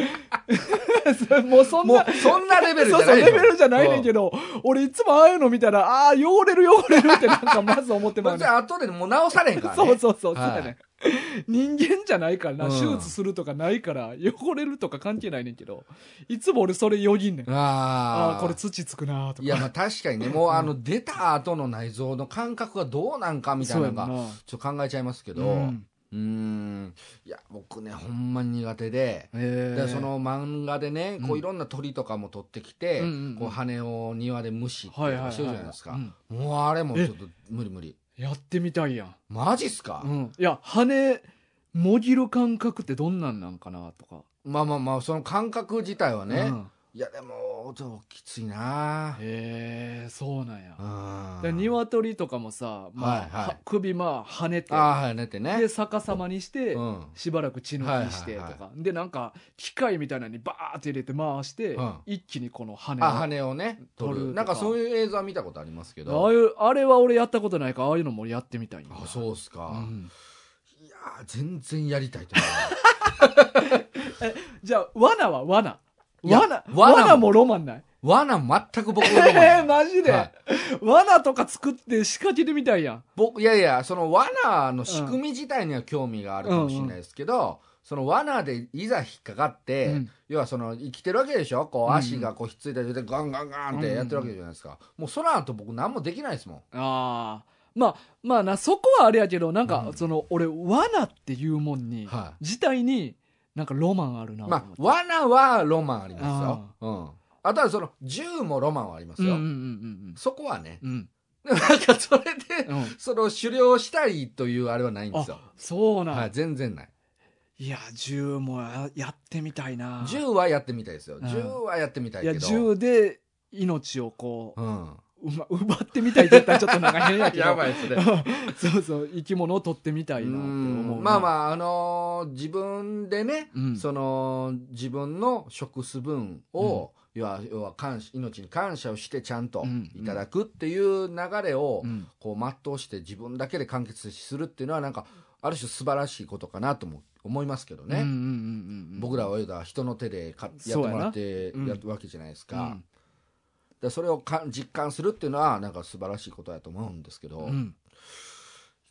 もうそん
も
な
う、そんなレベルじ
そう
ゃ
そ
な
う、
いの
レベルじゃないねんけど、俺いつもああいうの見たら、ああ、汚れる汚れるってなんかまず思って
うん
ま
まあ
う
じ
ね ん
ゃあ後でもう直されんからね
そうそうそう、
はい
そうやねん人間じゃないからな、
うん
手術するとかないから、汚れるとか関係ないねんけど、いつも俺それよぎんねん。あ
あ
あ
あ
ー、これ土つくなーとか。
いやまあ確かにねもうあの出た後の内臓の感覚がどうなんかみた
そ
い
う
な
や
の
んな
が。ちょっと考えちゃいますけど、
うん
うーんいや僕ねほんまに苦手で。
へー
でそ、の漫画でね、こういろんな鳥とかも取ってきて、
うんうんうん
こう羽を庭で虫って
はいはいはい
してるじゃないですか、
うん
もうあれもちょっと無理無理
やってみたいやん。
マジっすか、
うん。いや、羽、もぎる感覚ってどんなんなんかなとか。
まあまあまあその感覚自体はね、
うん
いやでもちょっときついな
へえ、そうなんや。
あ
で鶏とかもさ、まあ
はいはい
は首まあ跳ねて
ああはいだってね
で逆さまにして、
うん
しばらく血抜きしてとか、
はいはい
でなんか機械みたいなのにバーって入れて回して、
うん
一気にこの羽を
あ羽をね取
取
る
るとか
なんかそういう映像は見たことありますけ
ああ
ど
いうあれは俺やったことないからああいうのもやってみたいんだ
あそうっすか、
うん
いやー全然やりたいと思
じゃあ罠は罠
いや
罠
罠も
罠もロマンない
わな全く僕
え
のとこない
ー、マジで、
はい
罠とか作って仕掛けてみたいやん
僕いやいやその罠の仕組み自体には興味があるかもしれないですけど、その罠でいざ引っかかって、
うん
要はその生きてるわけでしょこ
うん
う足がこうひっついた状態でガンガンガンってやってるわけじゃないですか、もうその後僕何もできないですもん
ああまあまあなそこはあれやけどなんか、
うん
その俺罠っていうもんに、
は
自体になんかロマンあるなと
ま
思っ
あ
て
罠はロマンありますよあ,、うん、あとはその銃もロマンはあります
うん
よ、
うんうん
そこはね
うんうん
なんかそれで、
うん
その狩猟したいというあれはないんですよ。
そうなん、
はい、全然ない。
い、や銃もややってみたいな
銃はやってみたいですよ。
うん
銃はやってみたい
い
け
や
ど。
銃で命をこ
うん。
う、うま、奪ってみたいって言ったらちょっとなんか変 やけど
やばいですね。
そうそう生き物を取ってみた
う
いなって思うん
まあまあ、あのー自分でね、
うん
その、自分の食す分を、要は、要は感謝、命に感謝をしてちゃんと
うん
いただくっていう流れを、
うん
こう、全うして自分だけで完結するっていうのは、なんか、ある種素晴らしいことかなとも思いますけどね。
うんうんうんうんうん
僕らは言うたら人の手でかやっ
そうや
て
な
もらって
うん
やるわけじゃないです
う
か,、だか
ん
らそれをか実感するっていうのはなんか素晴らしいことだと思うんですけど、
うん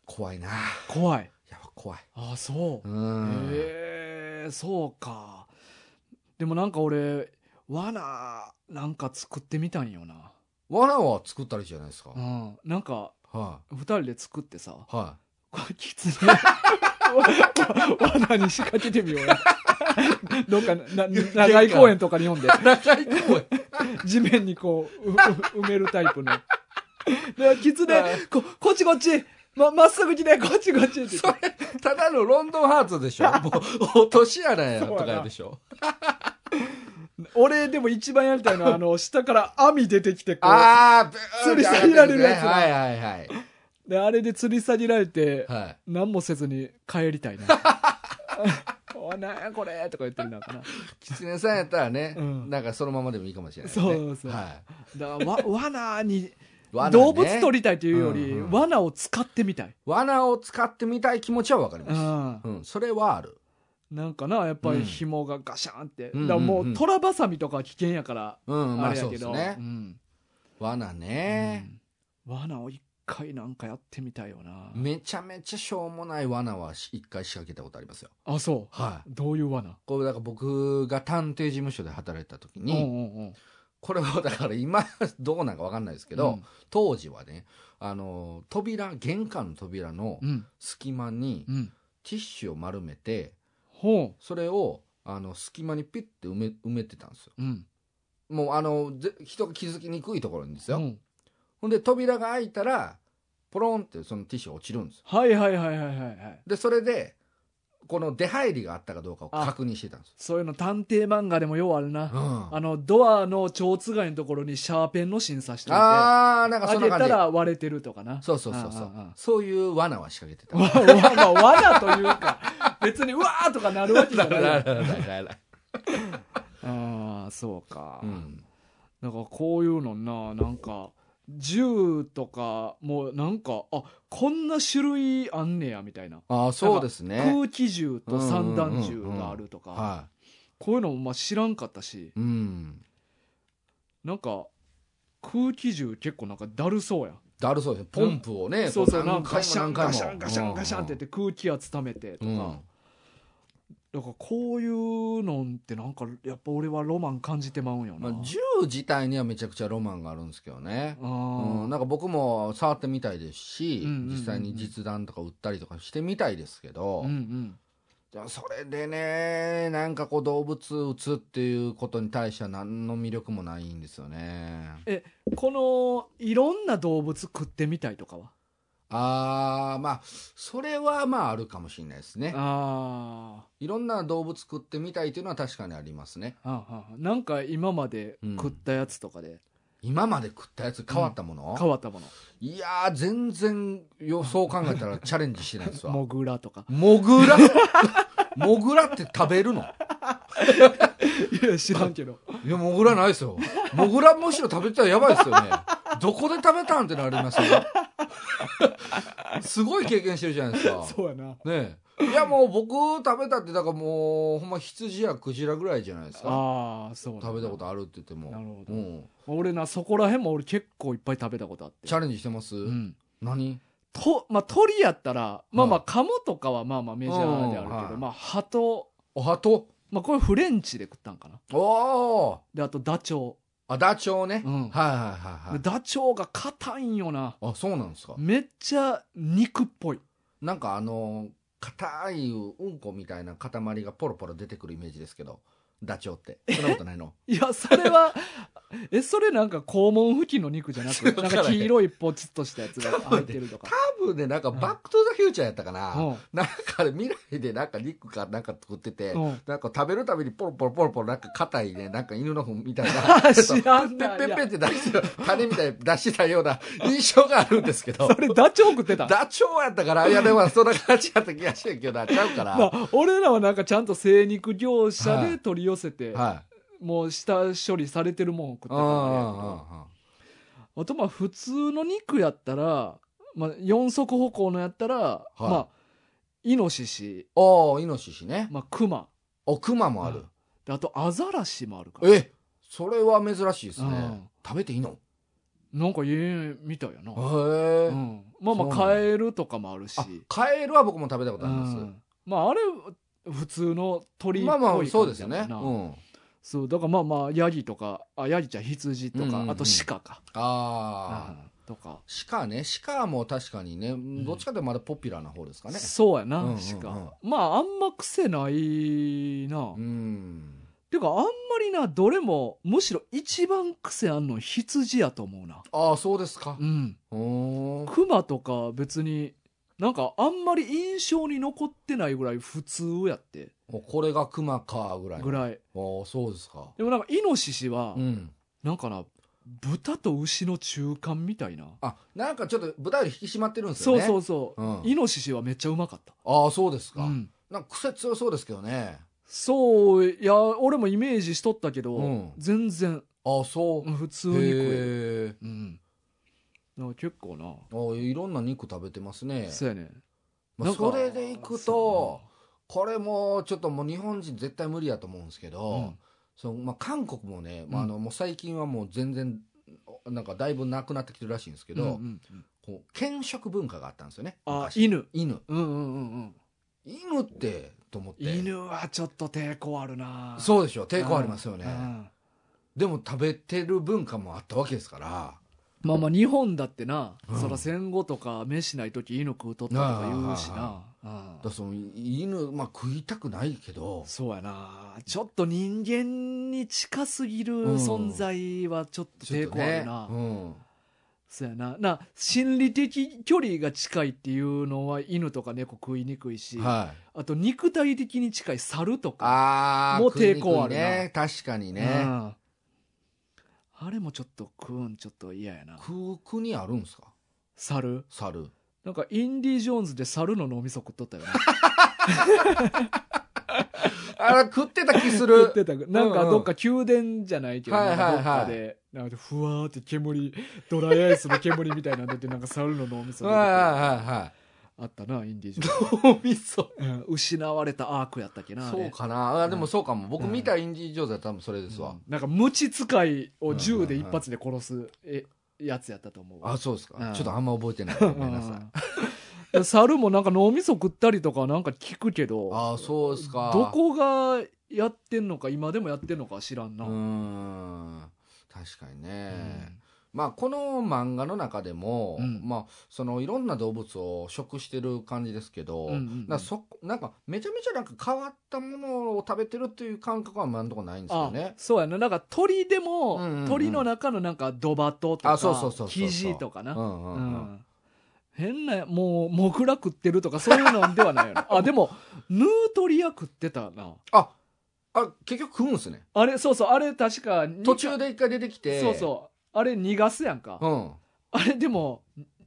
怖いな
怖い
やっぱ怖い
ああそうう、
ん、
へえそうかでもなんか俺罠なんか作ってみたんよな
罠は作ったらいいじゃないですか、
う
はい、
んなんか二人で作ってさ
は
これキ ツネ罠に仕掛けてみようよ どっかなな長い公園とかに読んで
い中井公園
地面にこううう埋めるタイプのでキツネ
はい
ここっちこっちままっすぐ来てこっちこっちって
それただのロンドンハーツ でしょもう落とし穴やとかやでしょ
俺でも一番やりたいのはあの下から網出てきてこう
ああ
吊り下げられるやつだ
はいはいはい
であれで吊り下げられて
はい
何もせずに帰りたい なおいなんやこれとか言ってるなんかな
狐さんやったらね、
うん
なんかそのままでもいいかもしれない、ね、
そうそう
は
だから わ罠に
い、罠ね
動物取りたいというより、
うんうん
罠を使ってみたい、
罠を使ってみたい気持ちはわかり
う
ます、
ん、
うん、それはある。
なんかなやっぱ
う
り
ん
紐がガシャンって、
うん
だからも
うんう
うんトラバサミとかは危険やから、
うん、ま
あ
あ
れや
そう
け
です
ど、
ね
う。ん
罠ね、
うん罠を一回なんかやってみたいよな、
めちゃめちゃしょうもない罠はし一回仕掛けたことありますよ。
あそう
はい。
どういう罠
これだから僕が探偵事務所で働いてた時
うん
に、
うんうん
これはだから今どうなんかわかんないですけど、当時はね、あの、扉、玄関の扉の
うん
隙間に
うんうん
ティッシュを丸めて、
ほ
それを、あの、隙間にピッて埋め、埋めてたんですよ。
ううん
もうあの、ぜ人が気づきにくいところにですよ。
うん
ほんで扉が開いたら、ポロンってそのティッシュ落ちるんですよ。
はいはいはいはいはいはい
で、それで、この出入りがあったかどうかを確認してたんです
そういうの探偵漫画でもようあるな、
よ。うん。
あのドアの蝶つがいのところにシャーペンの審査しておいてあ
あー、なんかそん
げ
な
た
感じ。
ら割れてるとかな
そうそうそうそ
ああああ
う。そういう罠は仕掛けてた。
わ、わ、まあ、罠というか、別に、うわーとかなるわけじゃ ないよ。ああ、そうか。
うん。
なんか、こういうのな、なんか、銃とか、もうなんか、あ、こんな種類あんねや、みたいな。
ああ、そうですね。
空気銃と散弾銃があるとか、
は
こういうのもまあ知らんかったし
うん
なんか空気銃結構なんかだるそうやん
だるそうですねポンプをね、
そうそうなん
何
かガ
回も
シャン
何
ガ
回
シャ
も
ンガシャンガシャンってやって空気圧ためてとか、
うん
だからこういうのってなんかやっぱ俺はロマン感じてまうんよ
ま
な、
あ、銃自体にはめちゃくちゃロマンがあるんですけどね、
あ
うん
ー
なんか僕も触ってみたいですし、
うんうんうんうん
実際に実弾とか撃ったりとかしてみたいですけど、
うんうん
じゃあそれでねなんかこう動物撃つっていうことに対しては何の魅力もないんですよね
このいろんな動物食ってみたいとかは
あーまあそれはまああるかもしれないですね
あ
いろんな動物食ってみたいというのは確かにありますね
ーはんはんはんなんか今まで食ったやつとかで
今まで食ったやつ変わったもの、
変わったもの、
いやー全然よそう考えたらチャレンジしてないで すわ
モグラとか
モグ ラモグラって食べるの
いや知らんけど
いや、モグラないですよ。モグラむしろ食べてたらやばいですよね。どこで食べたんってなりますよ。すごい経験してるじゃないですか。
そうやな
ねえ。いや、もう僕食べたって、だからもう、ほんま羊やクジラぐらいじゃないですか。
ああそうなんだ
食べたことあるって言っても。
なるほど
うん
俺なそこら辺も俺結構いっぱい食べたことあって
チャレンジしてます、
うん
何
とまあ、鳥やったらまあまあ
は
カモとかはまあまあメジャーであるけど、
うんはい
まあ鳩
おはと
まあこれフレンチで食ったんかな
おー
であとダチョ
あ、ダチョウね。
ウ、うん
はいはいはいは
で
い。
ダチョウが硬いんよな
あ、そうなんですか。
めっちゃ肉っぽい
なんかあのー、硬いうんこみたいな塊がポロポロ出てくるイメージですけど、ダチョウって。そんなことないの
いやそれは えそれなんか肛門付近の肉 じゃなく
わか
なん
らへん
か黄色いポチッとしたやつが入ってるとか、
多分ね、なんか、
うん
バックトゥザフューチャーやったかな。
うん
なんかあれ、未来でなんか肉かなんか作ってて、
うん
なんか食べるたびにポロポロポロポロなんか硬いね、なんか犬の糞みたい
あ
な。
知らん
ペ
な
ッペッペッって出してる、種みたいに出してたような印象があるんですけど
そ、れダチョウ食ってた
ダチョウやったから、いやでもそんな感じやった気がしてんけどな、ちゃうから。
ま
は
あ、俺らはなんかちゃんと精肉業者
は
で
い
取り寄せ
い。
て、
あ
もう下処理されてるもんを食って
あ
たからね
あ
あとまあ普通の肉やったら、まあ、四足歩行のやったら、
い
まあイノシシ、
おーイノシシね。
まあ、クマ
お、クマもある。
であとアザラシもあるから
えそれは珍しいです
う
ね
ん。
食べていいの
なんか家みたいやな、
へ
う
え。
ん、まあまあ
そうなん
カ
だ
エルとかもあるし
あ、カエルは僕も食べたことあります。
うんまああれ普通の鳥っぽ
まあ
い
ま
感
あ
じ
そうですよ
や
ね、
もんな
うん、
そうだからまあまあヤギとかあヤギちゃん羊とか、
うんうんうん
あと鹿か、
ああ、
うんとか
鹿ね鹿も確かにねどっちかってまだポピュラーな方ですかね
そうやな、
うんうんうん
鹿まああんま癖ないな、
う
て
ん
いうかあんまりなどれもむしろ一番癖あんの羊やと思うな
ああそうですか
うん
うん
熊とか別になんかあんまり印象に残ってないぐらい普通やって
これが熊かぐらい
ぐ
い
らい
ああそうですか
でもなんかイノシシは、
うん
なんかな豚と牛の中間みたいな、
あなんかちょっと舞台より引き締まってるんですよ
そ
ね
うそううそう、
ん、
イノシシはめっちゃうまかった
ああそうですか、
うん
なんか癖強そうですけどね
そういや俺もイメージしとったけど、
うん
全然
ああそう、
普通
へ
に食える、
え
うん、だから結構な
ああいろんな肉食べてますね、
そうやね
ま
な
あ、
んか
それでいくと
そ
これもちょっともう日本人絶対無理やと思うんですけど、
うん
そのまあ、韓国もね、まあ、
う
あ
ん
のもう最近はもう全然なんかだいぶなくなってきてるらしいんですけ
うや
ど、
なうんうんうん
こう犬食文化があったんですよね
あ
昔
犬
犬
うんうんうん
犬ってと思っ
うん
て
犬はちょっと抵抗あるな
そうでしょ抵抗ありますよね、
うん
でも食べてる文化もあったわけですから
まあまあ日本だってな、
うん
そら戦後とか飯ない時犬食うとったとか言うしな
あ、
うん
だからその犬、まあ、食いたくないけど
そうやなちょっと人間に近すぎる
ん
存在はちょっと
ちょっ
抵
と
抗あ
ね
るな、
うん、
そうやなな心理的距離が近いっていうのは犬とか猫食いにくいし、
はい
あと肉体的に近い猿とか
あー
もう抵抗あるな
食いにくいね確かにね、
うんあれもちょっと食うんちょっと嫌やな
食う国あるんですか
猿
猿
なんかインディ・ジョーンズで猿の脳みそ食っとったよな
あら 食ってた気す
食って
る
たなんかどっか宮殿じゃないけど、
はいはいは
なんか
い
どっかでなんかふわーって煙ドライアイスの煙みたいなんでてなんか猿の脳みそ出て
はい
くる
はいはいはい
あったなインディージョ
脳みそ
ーン、うん失われたアークやったっけなあれ
そうかなあでもそうかも僕
うん
見たインディ・ジョーンズは多分それです
う
わ
ん、なんか無知使いを銃で一発で殺すえやつやったと思うわ
あそうですか、
うん
ちょっとあんま覚えてないごめんなさい
うん猿もなんか脳みそ食ったりとかなんか聞くけど
あそうですか
どこがやってんのか今でもやってんのか知らん
う
な、
ーん確かに
う
ね、
ん
まあこの漫画の中でも、
うん
まあそのいろんな動物を食してる感じですけど、
うんうんうん
だからそこなんかめちゃめちゃなんか変わったものを食べてるっていう感覚は今のところないんですよ
あ
ね
そうやななんか鳥でも、
うんうんうん
鳥の中のなんかドバトとか
あそうそうそうそう
キジとか
う
な、
んうんう
うんん変なもうモグラ食ってるとかそういうのではない よなあでもヌートリア食ってたな
ああ結局食うんすね
あれそうそうあれ確かに
途中で一回出てきて
そうそうあれ逃がすやんか、
うん
あれでも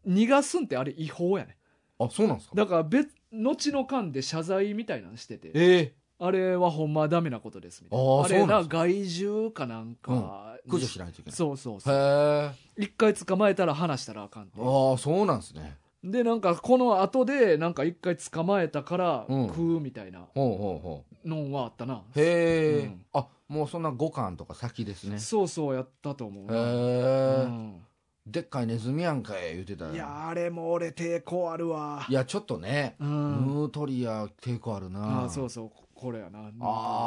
逃がすんってあれ違法やね
あそうなんですか
だから別後の間で謝罪みたいなのしてて
ええ
あれはほんまダメなことですみたい
あ
なあ
あそ
れ
うなん
な
です
害獣かなんか、
駆除しないといけない
そうそう
へ
そう
え
一回捕まえたら話したらあかんって
ああそうなんですね
でなんかこの後でなんか一回捕まえたから
うん
食うみたいな
ほうほうほ
のんはあったな、
うへえ、
うん
あもうそんな5巻とか先ですね
そうそうやったと思うな、
へえ、
うん
でっかいネズミやんかい言ってたよ
いやあれも俺抵抗あるわ
いやちょっとね、
う
ヌ
ん
ートリア抵抗あるな
ああそうそうここれやな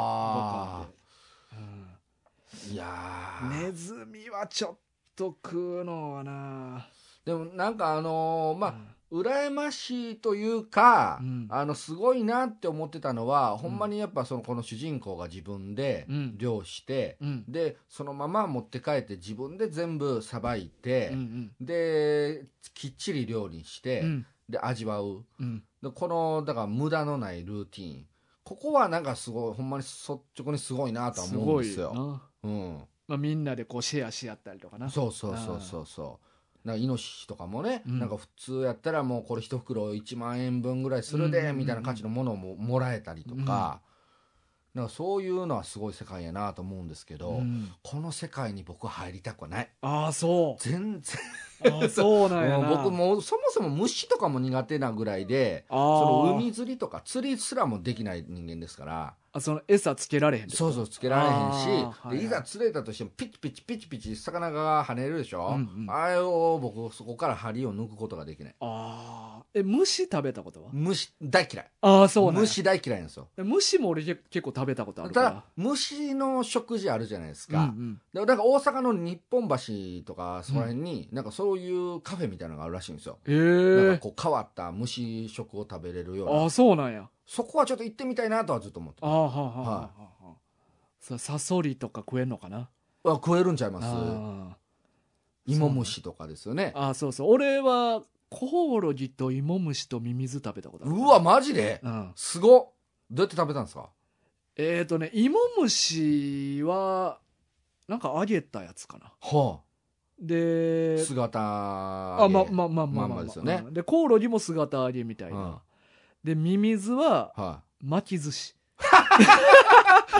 なんかボカンで
あいやー、
うんネズミはちょっと食うのはな
でもなんかあのーまあ、
あ
羨ましいというか、
うん
あのすごいなって思ってたのは、ほんまにやっぱそのこの主人公が自分で
うん
漁して、
うん
でそのまま持って帰って自分で全部さばいて、
うん
できっちり料理して、
うん
で味わう
うん
でこのだから無駄のないルーティンここはなんかすごいほんまに率直にすごいなとは
す
思うん
ご
で
い
す
よ
よ。
な
うん、
まあみんなでこうシェアし合ったりとかな
そうそうそうそうそうなんかイノシシとかもね、
うん
なんか普通やったらもうこれ一袋1万円分ぐらいするで、
うんうんうんうん
みたいな価値のものももらえたりとか、なんかそういうのはすごい世界やなと思うんですけど、
うん
この世界に僕は入りたくはない
ああそう
全然
ああそうなんや
もう
な
僕もうそもそも虫とかも苦手なぐらいで
あ
そ
ー
の海釣りとか釣りすらもできない人間ですから
あその餌つけられへん
そうそうつけられへんし
あー
で、
はいはい
いざ釣れたとしてもピチピチピチピチ魚が跳ねるでしょ、
うんうん
あれを僕そこから針を抜くことができない
ああえ虫食べたことは
虫大嫌い
ああそうなんや
虫大嫌いなんですよ
虫も俺け結構食べたことあ
た
るから
だ虫の食事あるじゃないです
うんう
か、
ん
だから大阪の日本橋とかそこら辺に、なんかそういうカフェみたいなのがあるらしいんですよ、
へ
なん
え
かこう変わった虫食を食べれるよう
あ
な
あそうなんや
そこはちょっと行ってみたいなとはずっと思って
あ
ます
あはあはあはあはあはあさサソリとか食えんのかな
あ食えるんちゃいます
あ
芋虫とかですよね
ーあーそうそう俺はコオロギとイモムシとミミズ食べたことある
うわマジで
うん、
すごっどうやって食べたんですか
えっ、とねイモムシはなんか揚げたやつかな
はあ
で
姿
あ
あ
まあまあまあまあ
まんまですよね
うんでコオロギも姿揚げみたいな、
うん
でミミズは
は
巻き寿司
い、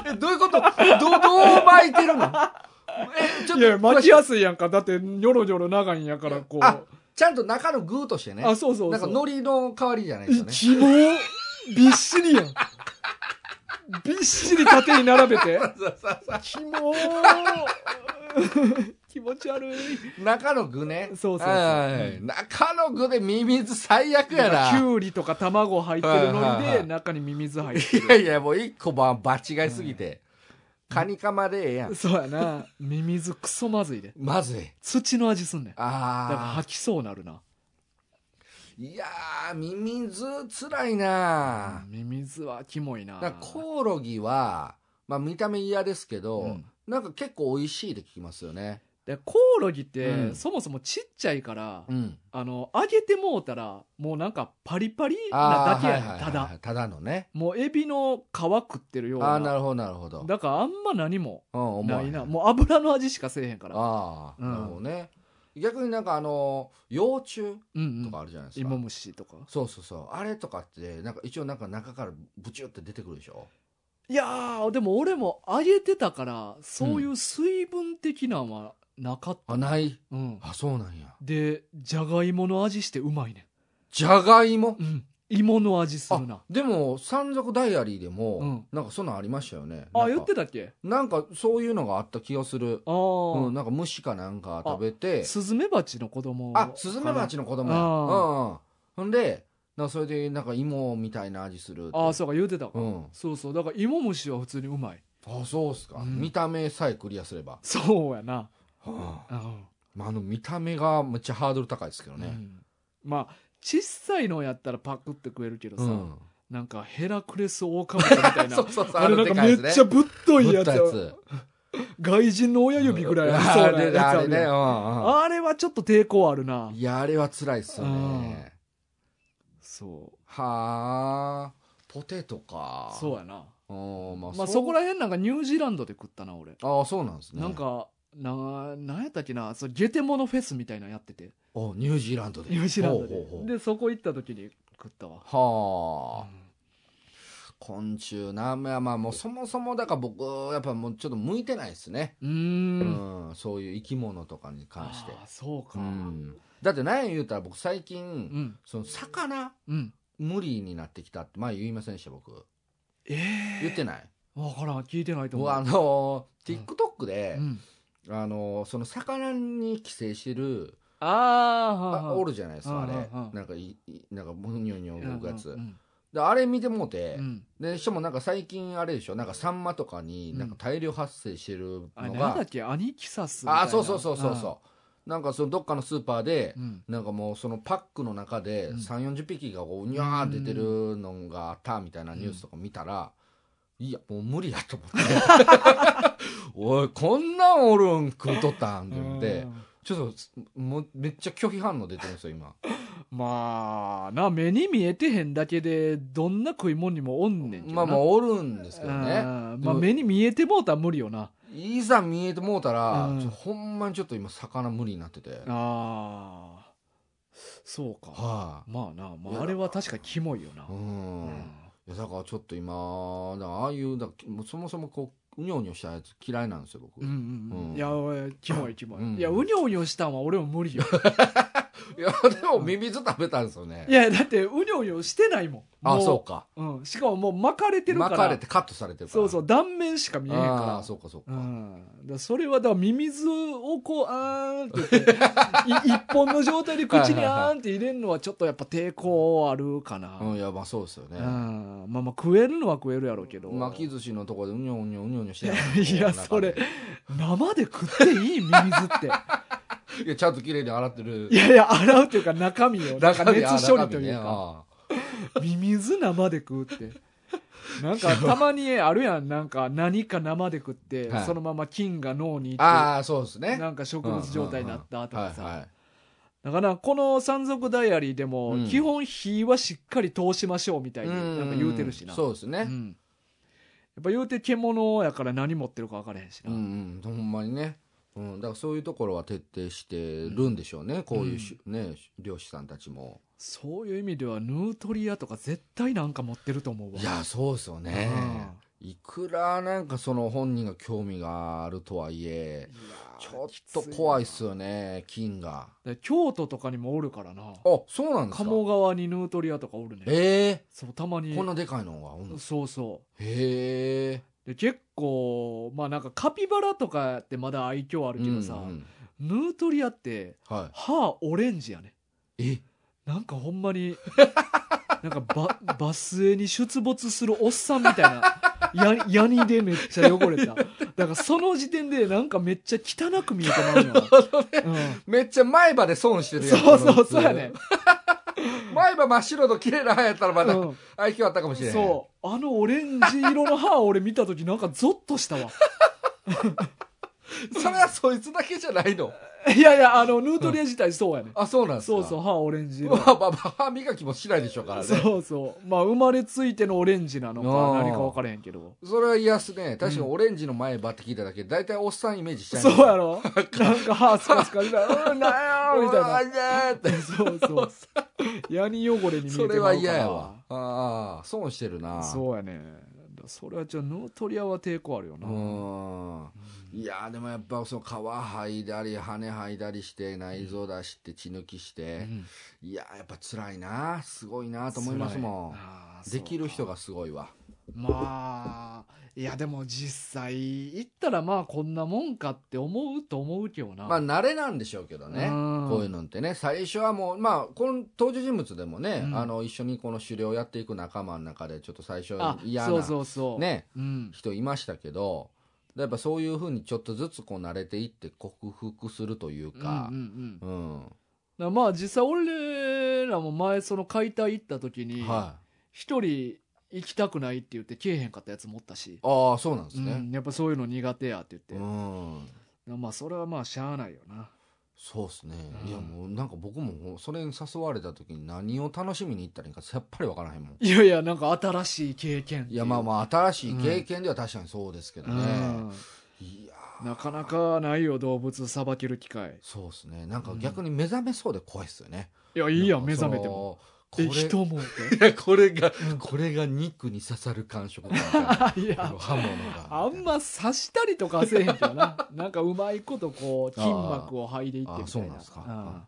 えどういうことどどう巻いてるのえちょっと詳しい
すいやんかだってニョロニョロ長いんやからこ
あちゃんと中の具としてね
そうそ
なんか海苔の代わりじゃないですよね
希望びっしりやん。びっしり縦に並べて。希望気持ち悪い。
中の具ね
そうそうそう
はい中の具でミミズ最悪やな
きゅうりとか卵入ってる
はい
の
はい
に
は
で、
い
中にミミズ入って
いやいやもう一個ば場違いすぎて、カニカマでええやん
る。そうやな。ミミズクソまずいで。
まずい
土の味すんねん。だから
ああ
吐きそうなるな。
いやーミミズつらいな
ミミズはキモいな。
だからコオロギは、まあ、見た目嫌ですけど、
うん
なんか結構美味しいって聞きますよね
でコオロギって、
うん
そもそもちっちゃいから、
うん
あの、揚げてもうたら、もうなんかパリパリな
あー
だけやねん、
はいはいは
た
いはい
だ。
ただのね
もうエビの皮食ってるよう
あ
な
あなるほどなるほど
だからあんま何も
うん思
な
わへん
いなもう油の味しかせえへんから
ああ、
うん
なるほどね逆になんかあの幼虫
うんう
と
ん
かあるじゃないですか、
芋虫とか
そうそうそうあれとかってなんか一応なんか中からブチュって出てくるでしょ
いやーでも俺も揚げてたからそういう水分的なんはなかった、
あない
うん
あそうなんや
でじゃがいもの味してうまいね
じゃがいも
うん、芋の味するな
あでも山賊ダイアリーでも、
うん
なんかそんなんありましたよね
あ
なんか
言ってたっけ
なんかそういうのがあった気がする
あ
う
あ
ん、なんか虫かなんか食べて
スズメバチの子供
あスズメバチの子供や
あ
うんうんほんでなんかそれでなんか芋みたいな味するって
ああそうか言うてたか、
うん、
そうそうだから芋虫は普通にうまい
あそうっすか、
うん
見た目さえクリアすれば、
そうやな、
はあ
うん
まあ、あの見た目がめっちゃハードル高いですけど
う
ね、
んまあ小さいのやったらパクって食えるけど
う
さ、
ん
なんかヘラクレスオオカブトみたいな
そうそうそう
あれなんか
でかい
め
や
っ
つ
ちゃぶっとい
ぶ
や
っ
つ
たやつ
外人の親指ぐらいありそうな
あれ
や
ね
つあ
あ
る
れね、
やん
うんうん
あれはちょっと抵抗あるない
やあれは辛いっすよね
そ
はあポテト
う
か
そうやな
うんまあ、
まあそこら
へ
辺なんかニュージーランドで食ったな俺、
ああそうなんですね
なんかななんやったっけなそうゲテモノフェスみたいなのやってて
おニュージーランドで
ニュージーランドで
ほうほうほう
でそこ行った時に食ったわ
はあ、
うん
昆虫なまあまあもうそもそもだから僕やっぱもうちょっと向いてないですね、
うーん
うんそういう生き物とかに関して
あーそうか
う
うん
んだって何言うたら僕最近、
うん、
その魚無理になってきたって前言いませんでした僕
ええ
言ってない
分からん聞いてないと思
僕
う
あの
うん
ー TikTok で
う、ん、
あのーその魚に寄生してる、
ああは
あおるじゃないですかあ
は
れ
いはい
なんかいいなんかむにょにょ動くやつ
うん
であれ見てもうて、
うん
でしかもなんか最近あれでしょなんかサンマとかになんか大量発生してる
あれ
の
なんだ
が
っ、けアニキサスみたいな
あそうそうそうそうそうなんかそのどっかのスーパーで、
うん
なんかもうそのパックの中で
うん
3 4 0匹がこうにゃーって出てるのがあったみたいなニュースとか見たら、いやもう無理やと思って おいこんなんおるん食うとったんって言って
うん
ちょっともうめっちゃ拒否反応出てるんですよ今
まあな目に見えてへんだけでどんな食い物にもおんねんけど
まあまあ
う
おるんですけどね
ん
で
まあ
も
目に見えてもうたら無理よない
ざ見えてもうたら、
うん
ちょほんまにちょっと今魚無理になっててはい、
ああそうかまあな、まあ、あれは確かにキモいよな
うんいやだからちょっと今だからああいうだからもうそもそもこううにょうにょしたやつ嫌いなんですよ僕、
うんうんうん
うん
いやおいキモいキモい、
うん
いやうにょうにょしたんは俺も無理よ
いやでもミミズ食べたんですよね
いやだってうにょうにょしてないもん
あ
も
そうか
う、うん、しかももう巻かれてるから
巻かれてカットされてるから
そうそうう断面しか見えへんから
あーそうかそうか、
うん、だからそれはだからミミズをこうあーんって言ってい一本の状態で口にあーんって入れるのはちょっとやっぱ抵抗あるかな、
うんいやまあそうですよ
う
ね、
んまあまあ食えるのは食えるやろうけど
巻き寿司のとこでうにょうにょうにょうにょしてない
いやいやそれ生で食っていいミミズって
いやちゃんと綺麗に洗ってる
いやいや洗うっていうか中身をなんか
中身
熱処理という
あ
か、
中
ミミズ生で食う ってなんかたまにあるやんなんか何か生で食って、
はい
そのまま菌が脳にいって
身ねあああそうですね
なんか植物状態になったと
は
か
い
さ、
はい
だからこの「山賊ダイアリー」でも、
うん
基本火はしっかり通しましょうみたいに
うん
なんか言うてるしな
そうです
う
ね
んやっぱ言うて獣やから何持ってるか分からへんし
う
な、
ん、うん、ほんまにね、うん、だからそういうところは徹底してるんでしょうね、こういうし、ね漁師さんたちも
そういう意味ではヌートリアとか絶対なんか持ってると思うわ
いやそうですよね、いくらなんかその本人が興味があるとはいえちょっと怖いっすよね金が
で京都とかにもおるからな
あそうなんですか
鴨川にヌートリアとかおるね
え
そうたま
え
に
こんなでかいのがおんの
そうそ
へえ
うで結構まあなんかカピバラとかってまだ愛嬌あるけどさ、
うんうん
ヌートリアって
は
歯オレンジやね
いえ
なんかほんま になんかババスへに出没するおっさんみたいなやヤニでめっちゃ汚れただからその時点でなんかめっちゃ汚く見えてまう のよ、うん
めっちゃ前歯で損してるやん
そう
こ
そ
の
うそうやね、
前歯真っ白と綺麗な歯やったらま
う
だ
ん、
愛嬌あったかもしれへん
そうあのオレンジ色の歯俺見た時なんかゾッとしたわ
それはそいつだけじゃないの
いやいやあのヌートリア自体そうやね、
あそうなんですか
そうそう歯オレンジ
う
色
わまあまあ歯磨きもしないでしょうからねそ
そうそうまあ生まれついてのオレンジなのか
あー
何か分からへんけど
れは嫌っすね確かにオレンジの前歯って聞いただけで大体おっさんイメージしちゃ
そうや
ろ
ろなんか歯スカスカしたら「うんなよ」みたいな
みたいな
そうそうヤニ汚れに見えてまうから
それは嫌やわああ損してるな
そうやねだそれはちょっとヌートリアは抵抗あるよな、
うんいやーでもやっぱその皮剥いだり羽剥いだりして内臓出して血抜きして、いやーやっぱ辛いなすごいなと思いますもんできる人
が
がすごいわ
まあいやでも実際行ったらまあこんなもんかって思うと思うけどな
まあ慣れなんでしょうけどね
うん
こういうのってね最初はもうまあこの登場人物でもね、
うん
あの一緒にこの狩猟やっていく仲間の中でちょっと最初
あ
嫌
そう
な
そうそう
ね
うん
人いましたけどやっぱそういうふうにちょっとずつこう慣れていって克服するというか
うんうんうんだか
うん、
らまあ実際俺らも前その解体行った時に
はい
一人行きたくないって言って来えへんかったやつもおったし、
ああそうなんです
う
ね
んやっぱそういうの苦手やって
う
言って、
ん、
まあそれはまあしゃあないよな
そうですね、
うん
いやもうなんか僕もそれに誘われた時に何を楽しみに行ったらいいかやっぱり分からへんもん
いやいやなんか新しい経験って
いうやまあまあ新しい経験では確かにそうですけどね、
うん
いやー
なかなかないよ動物さばける機会
そうですねなんか逆に目覚めそうで怖いっすよね、
いやいいやん
な
目
んかそ
覚
の
めてもえ
これ
人 もって
いやこれが、これが肉に刺さる感触みたいな
い
こ
や
の刃物が
あんま刺したりとかはせえへんけどな なんかうまいことこう筋膜を剥いでいってみたいな
あーそうなんですか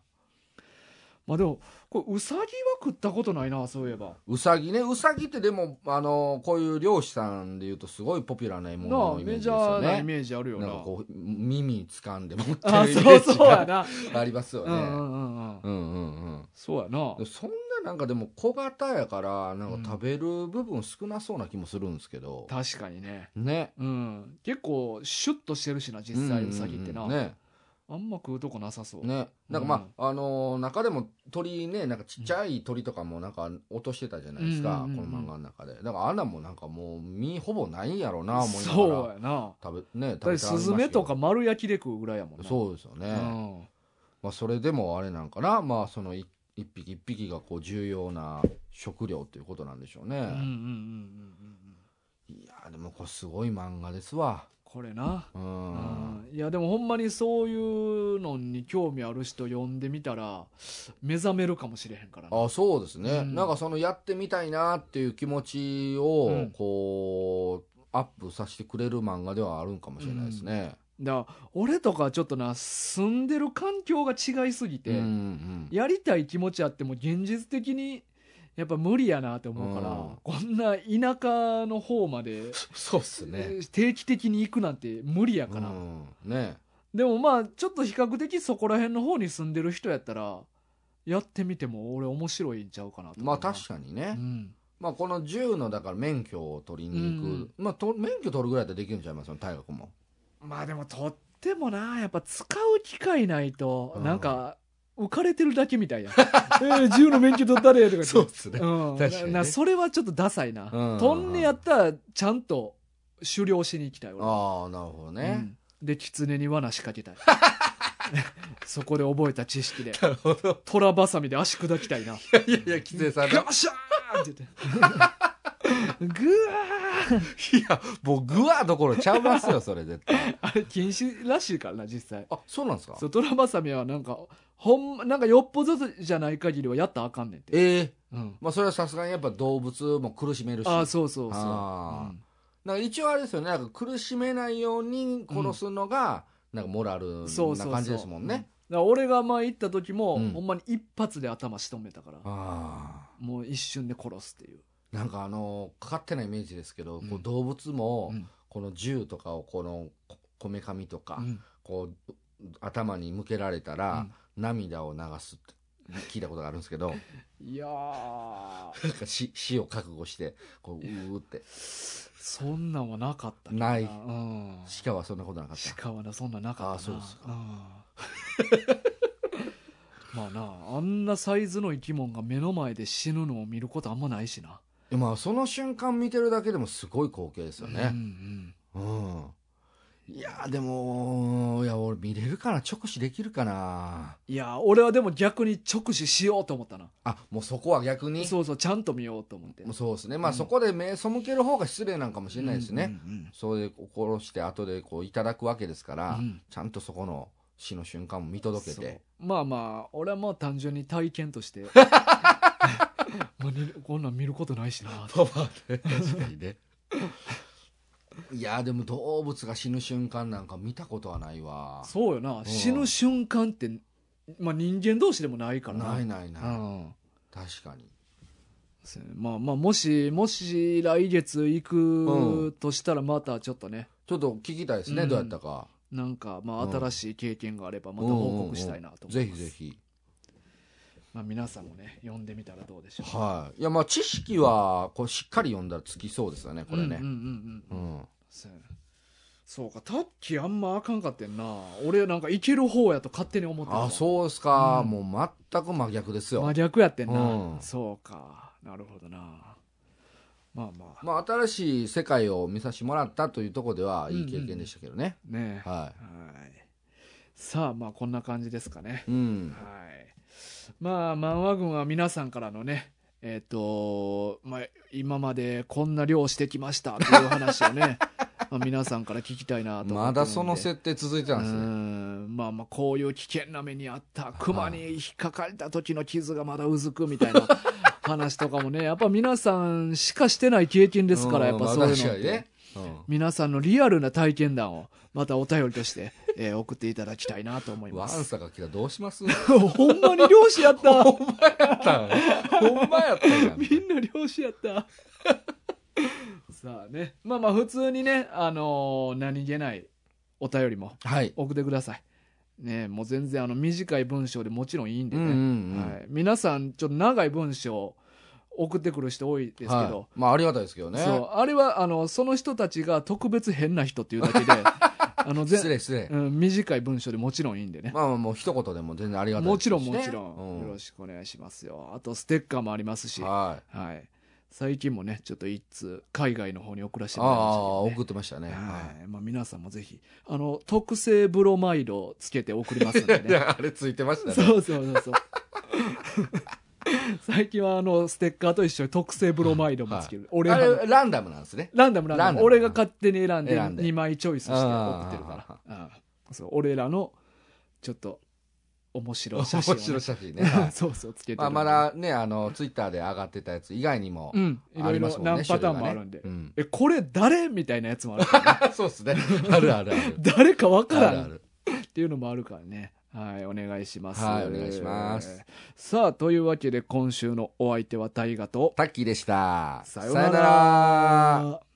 まあでもこれウサギは食ったことないなそういえば
うさぎねうさぎってでもあのこういう漁師さんでいうとすごいポピュラーな獲
な
物
あ
のイメー
メ
ジ
ジ
です
ャ
よ
ーなイ
ね
メージあるよな
なんかこう耳掴んで持って る
あ
イメ
そう
ージ
そうや
が
な、
ありますよ
うんう
ね。
んうんうん
うんうん
そうやな
うん、そんななんかでも小型やからなんか食べる部分少なそうな気もするんですけど、
確かにね
ね
うん結構シュッとしてるしな実際ウサギってな、
うんうんうんね
あんま食うとこなさそう、
ねなんかまあ、あのー中でも鳥ねなんかちっちゃい鳥とかもなんか落としてたじゃないですか、
うんうんうんうん
この漫画の中でだからあんなんもなんかもう身ほぼないんやろうな思いなが
そう
ら
やな
食べね
だってスズメとか丸焼きで食うぐらいやもんな
そうですよね、
うん
まあ、それでもあれなんかな、まあ、そのい一匹一匹がこう重要な食料ということなんでしょうね、
うんうんうんうんうんうん
いやーでもこれすごい漫画ですわ
これな、
う
うん
ん
いやでもほんまにそういうのに興味ある人呼んでみたら目覚めるかもしれへんからな
あそうですね、
うん
なんかそのやってみたいなっていう気持ち
う
を
ん
こう、アップさせてくれる漫画ではあるんかもしれないですね、
だから俺とかちょっとな住んでる環境が違いすぎて、
うんうん
やりたい気持ちあっても現実的にやっぱ無理やなって思うから、
うん
こんな田舎の方まで
そうっすね、
定期的に行くなんて無理やから、
うんね
でもまあちょっと比較的そこら辺の方に住んでる人やったらやってみても俺面白いんちゃうかなと
まあ確かに
か
ね、
うん、
まあこの銃のだから免許を取りに行く、
うん
まあと免許取るぐらいでできるんちゃいますよ大学も
まあでもとってもなやっぱ使う機会ないと、
うん
なんか浮かれてるだけみたいや えー、銃の免許取ったれとか言って
そうっすね
うん、
確かにね
ななそれはちょっとダサいな、
うん
とんねやったらちゃんと狩猟しに行きたい俺
ああなるほど
う
ね、
んで狐に罠仕掛けたい そこで覚えた知識で
なるほど
虎バサミで足砕きた いない
やいや規制され
ガシャーンって 言ってグワー
いやもうグワどころちゃいますよそれ絶対
あれ禁止らしいからな実際
あそうなんですか
そうトラバサミはなんかほんまなんかよっぽどじゃない限りはやったらあかんねんて、
ええ
うん、
まあそれはさすがにやっぱ動物も苦しめるし
ああそうそうそう
あーなんか一応あれですよねなんか苦しめないように殺すのが、なんかモラル
う
なん
そうそうそう
感じですもん
うだ
ね
から俺が前行った時も、
うん
ほんまに一発で頭仕留めたから
ああ
もう一瞬で殺すっていう、
なんかあのかかってないイメージですけど、
うん
こう動物も
うん
この銃とかをこのここめかみとか、
うん
こう頭に向けられたら、涙を流すって聞いたことがあるんです けど
いやー
なんか死死を覚悟してこううーって
そんなんはなかったけど
ない
うん
鹿はそんなことなかった
鹿はなそんななかったな
あそうですか
うん まあなあんなサイズの生き物が目の前で死ぬのを見ることあんまないしな
でもその瞬間見てるだけでもすごい光景ですよ
うんう
ね。
ん
うん。いやーでも、いや俺見れるかな直視できるかない
や俺はでも逆に直視しようと思ったな
あ、もうそこは逆に。
そうそうちゃんと見ようと思って
もうそうですね。まあ
うん
そこで目背ける方が失礼なんかもしれないですね。
うんうん
それでこう殺して後でこういただくわけですから、
うん
ちゃんとそこの死の瞬間も見届けて。
そうまあまあ俺はまあ単純に体験として もうにこんなん見ることないしな
パパで。確かにね。 いやでも動物が死ぬ瞬間なんか見たことはないわ
そうよな、死ぬ瞬間って、まあ、人間同士でもないから
ないない
な
な
う
い、
ん
確かに
そうやねまあまあもしもし来月行
う
くとしたらまたちょっとね、
ちょっと聞きたいですね、
うん
どうやったか
なんかまあ
うん
新しい経験があればまた報告したいなと思います、
ぜひぜひ
まあ、皆さんもね読んでみたらどうでしょう
はいいやまあ知識はこうしっかり読んだらつきそうですよねこれ
うんう
ね
んうん
う、
うんんそうやねそうかタッキーあんまあかんかってんな俺なんかいける方やと勝手に思ってた
あそうですか、
うん
もう全く真逆ですよ、
真逆やってんな、
うん
そうかなるほどなまあまあ
まあ、新しい世界を見させてもらったというところではいい経験でしたけどね、
ねえ
は
はいさあまあこんな感じですかね
い、うん、
はい。まあ、漫画軍は皆さんからのね、えっ、と、まあ、今までこんな漁してきましたという話を ね、まあ皆さんから聞きたいなと思ってるんで。
まだその設定続いてたんです
う
ね
んまあまあ、こういう危険な目にあった、熊に引っかかれた時の傷がまだうずくみたい な話とかもね、やっぱ皆さんしかしてない経験ですから、やっぱ
ん
そういうのって
まあ確かにね、うん
皆さんのリアルな体験談を、またお便りとして、えー送っていただきたいなと思い
ワ
ま
ン
す。
サが来たらどうします
ほんまに漁師やった
ほんまやったんほんまやったんやん
みんな漁師やったさあねまあまあ普通にねあのー何気ないお便りも
はい
送ってくださいねもう全然あの短い文章でもちろんいいんで
うんうん
ね、
うん
はい、皆さんちょっと長い文章送ってくる人多いですけ
はい
ど、
まあありがたいですけどね
そうあれはあのその人たちが特別変な人っていうだ けであのぜ
失礼失礼、
うん、短い文章でもちろんいいんでね
まあまあもう一言でも全然ありがたい
も
で
ち
すしね
ろんもちろん、
う
よろしくお願いしますよあとステッカーもありますし
はい
はい。最近もね、ちょっと一通、海外の方に送らせて
あ
もらいま
あ
した
送ってましたね
けどね。
は
はい。まあ皆さんもぜひ、あの、特製ブロマイドつけて送りますんで
いい
ね。
やあれついてましたね
そうそうそうそう。 最近はあの、ステッカーと一緒に特製ブロマイドもつける。俺
あ
が
れランダムなんですね
ランダムラン
ラ
ダ
ン
ム。
ダム
俺が勝手に選んで
選んで
2枚チョイスして送ってるから。うんそう、俺らの、ちょっと、面白い写
面
真を
白い
ね。
写真ね、 はい
そうそう、つけて
まあ、
るんで
まだねあのツイッターで上がってたやつ以外にも
うん。い
あ
ろい
りま
ろ
すもんね、
何パターンもあるんで
種。類がね
え、これ誰みたいなやつもある から、 ね、
うんそうですねあるあるある
誰かわか
あ
ら
る
ん
あ
っ
る
ていうのもあるからね。はい、お願いします。
はいお願いします。
さあ、というわけで今週のお相手は大河と、
タッキーでした
さような
ら
ら。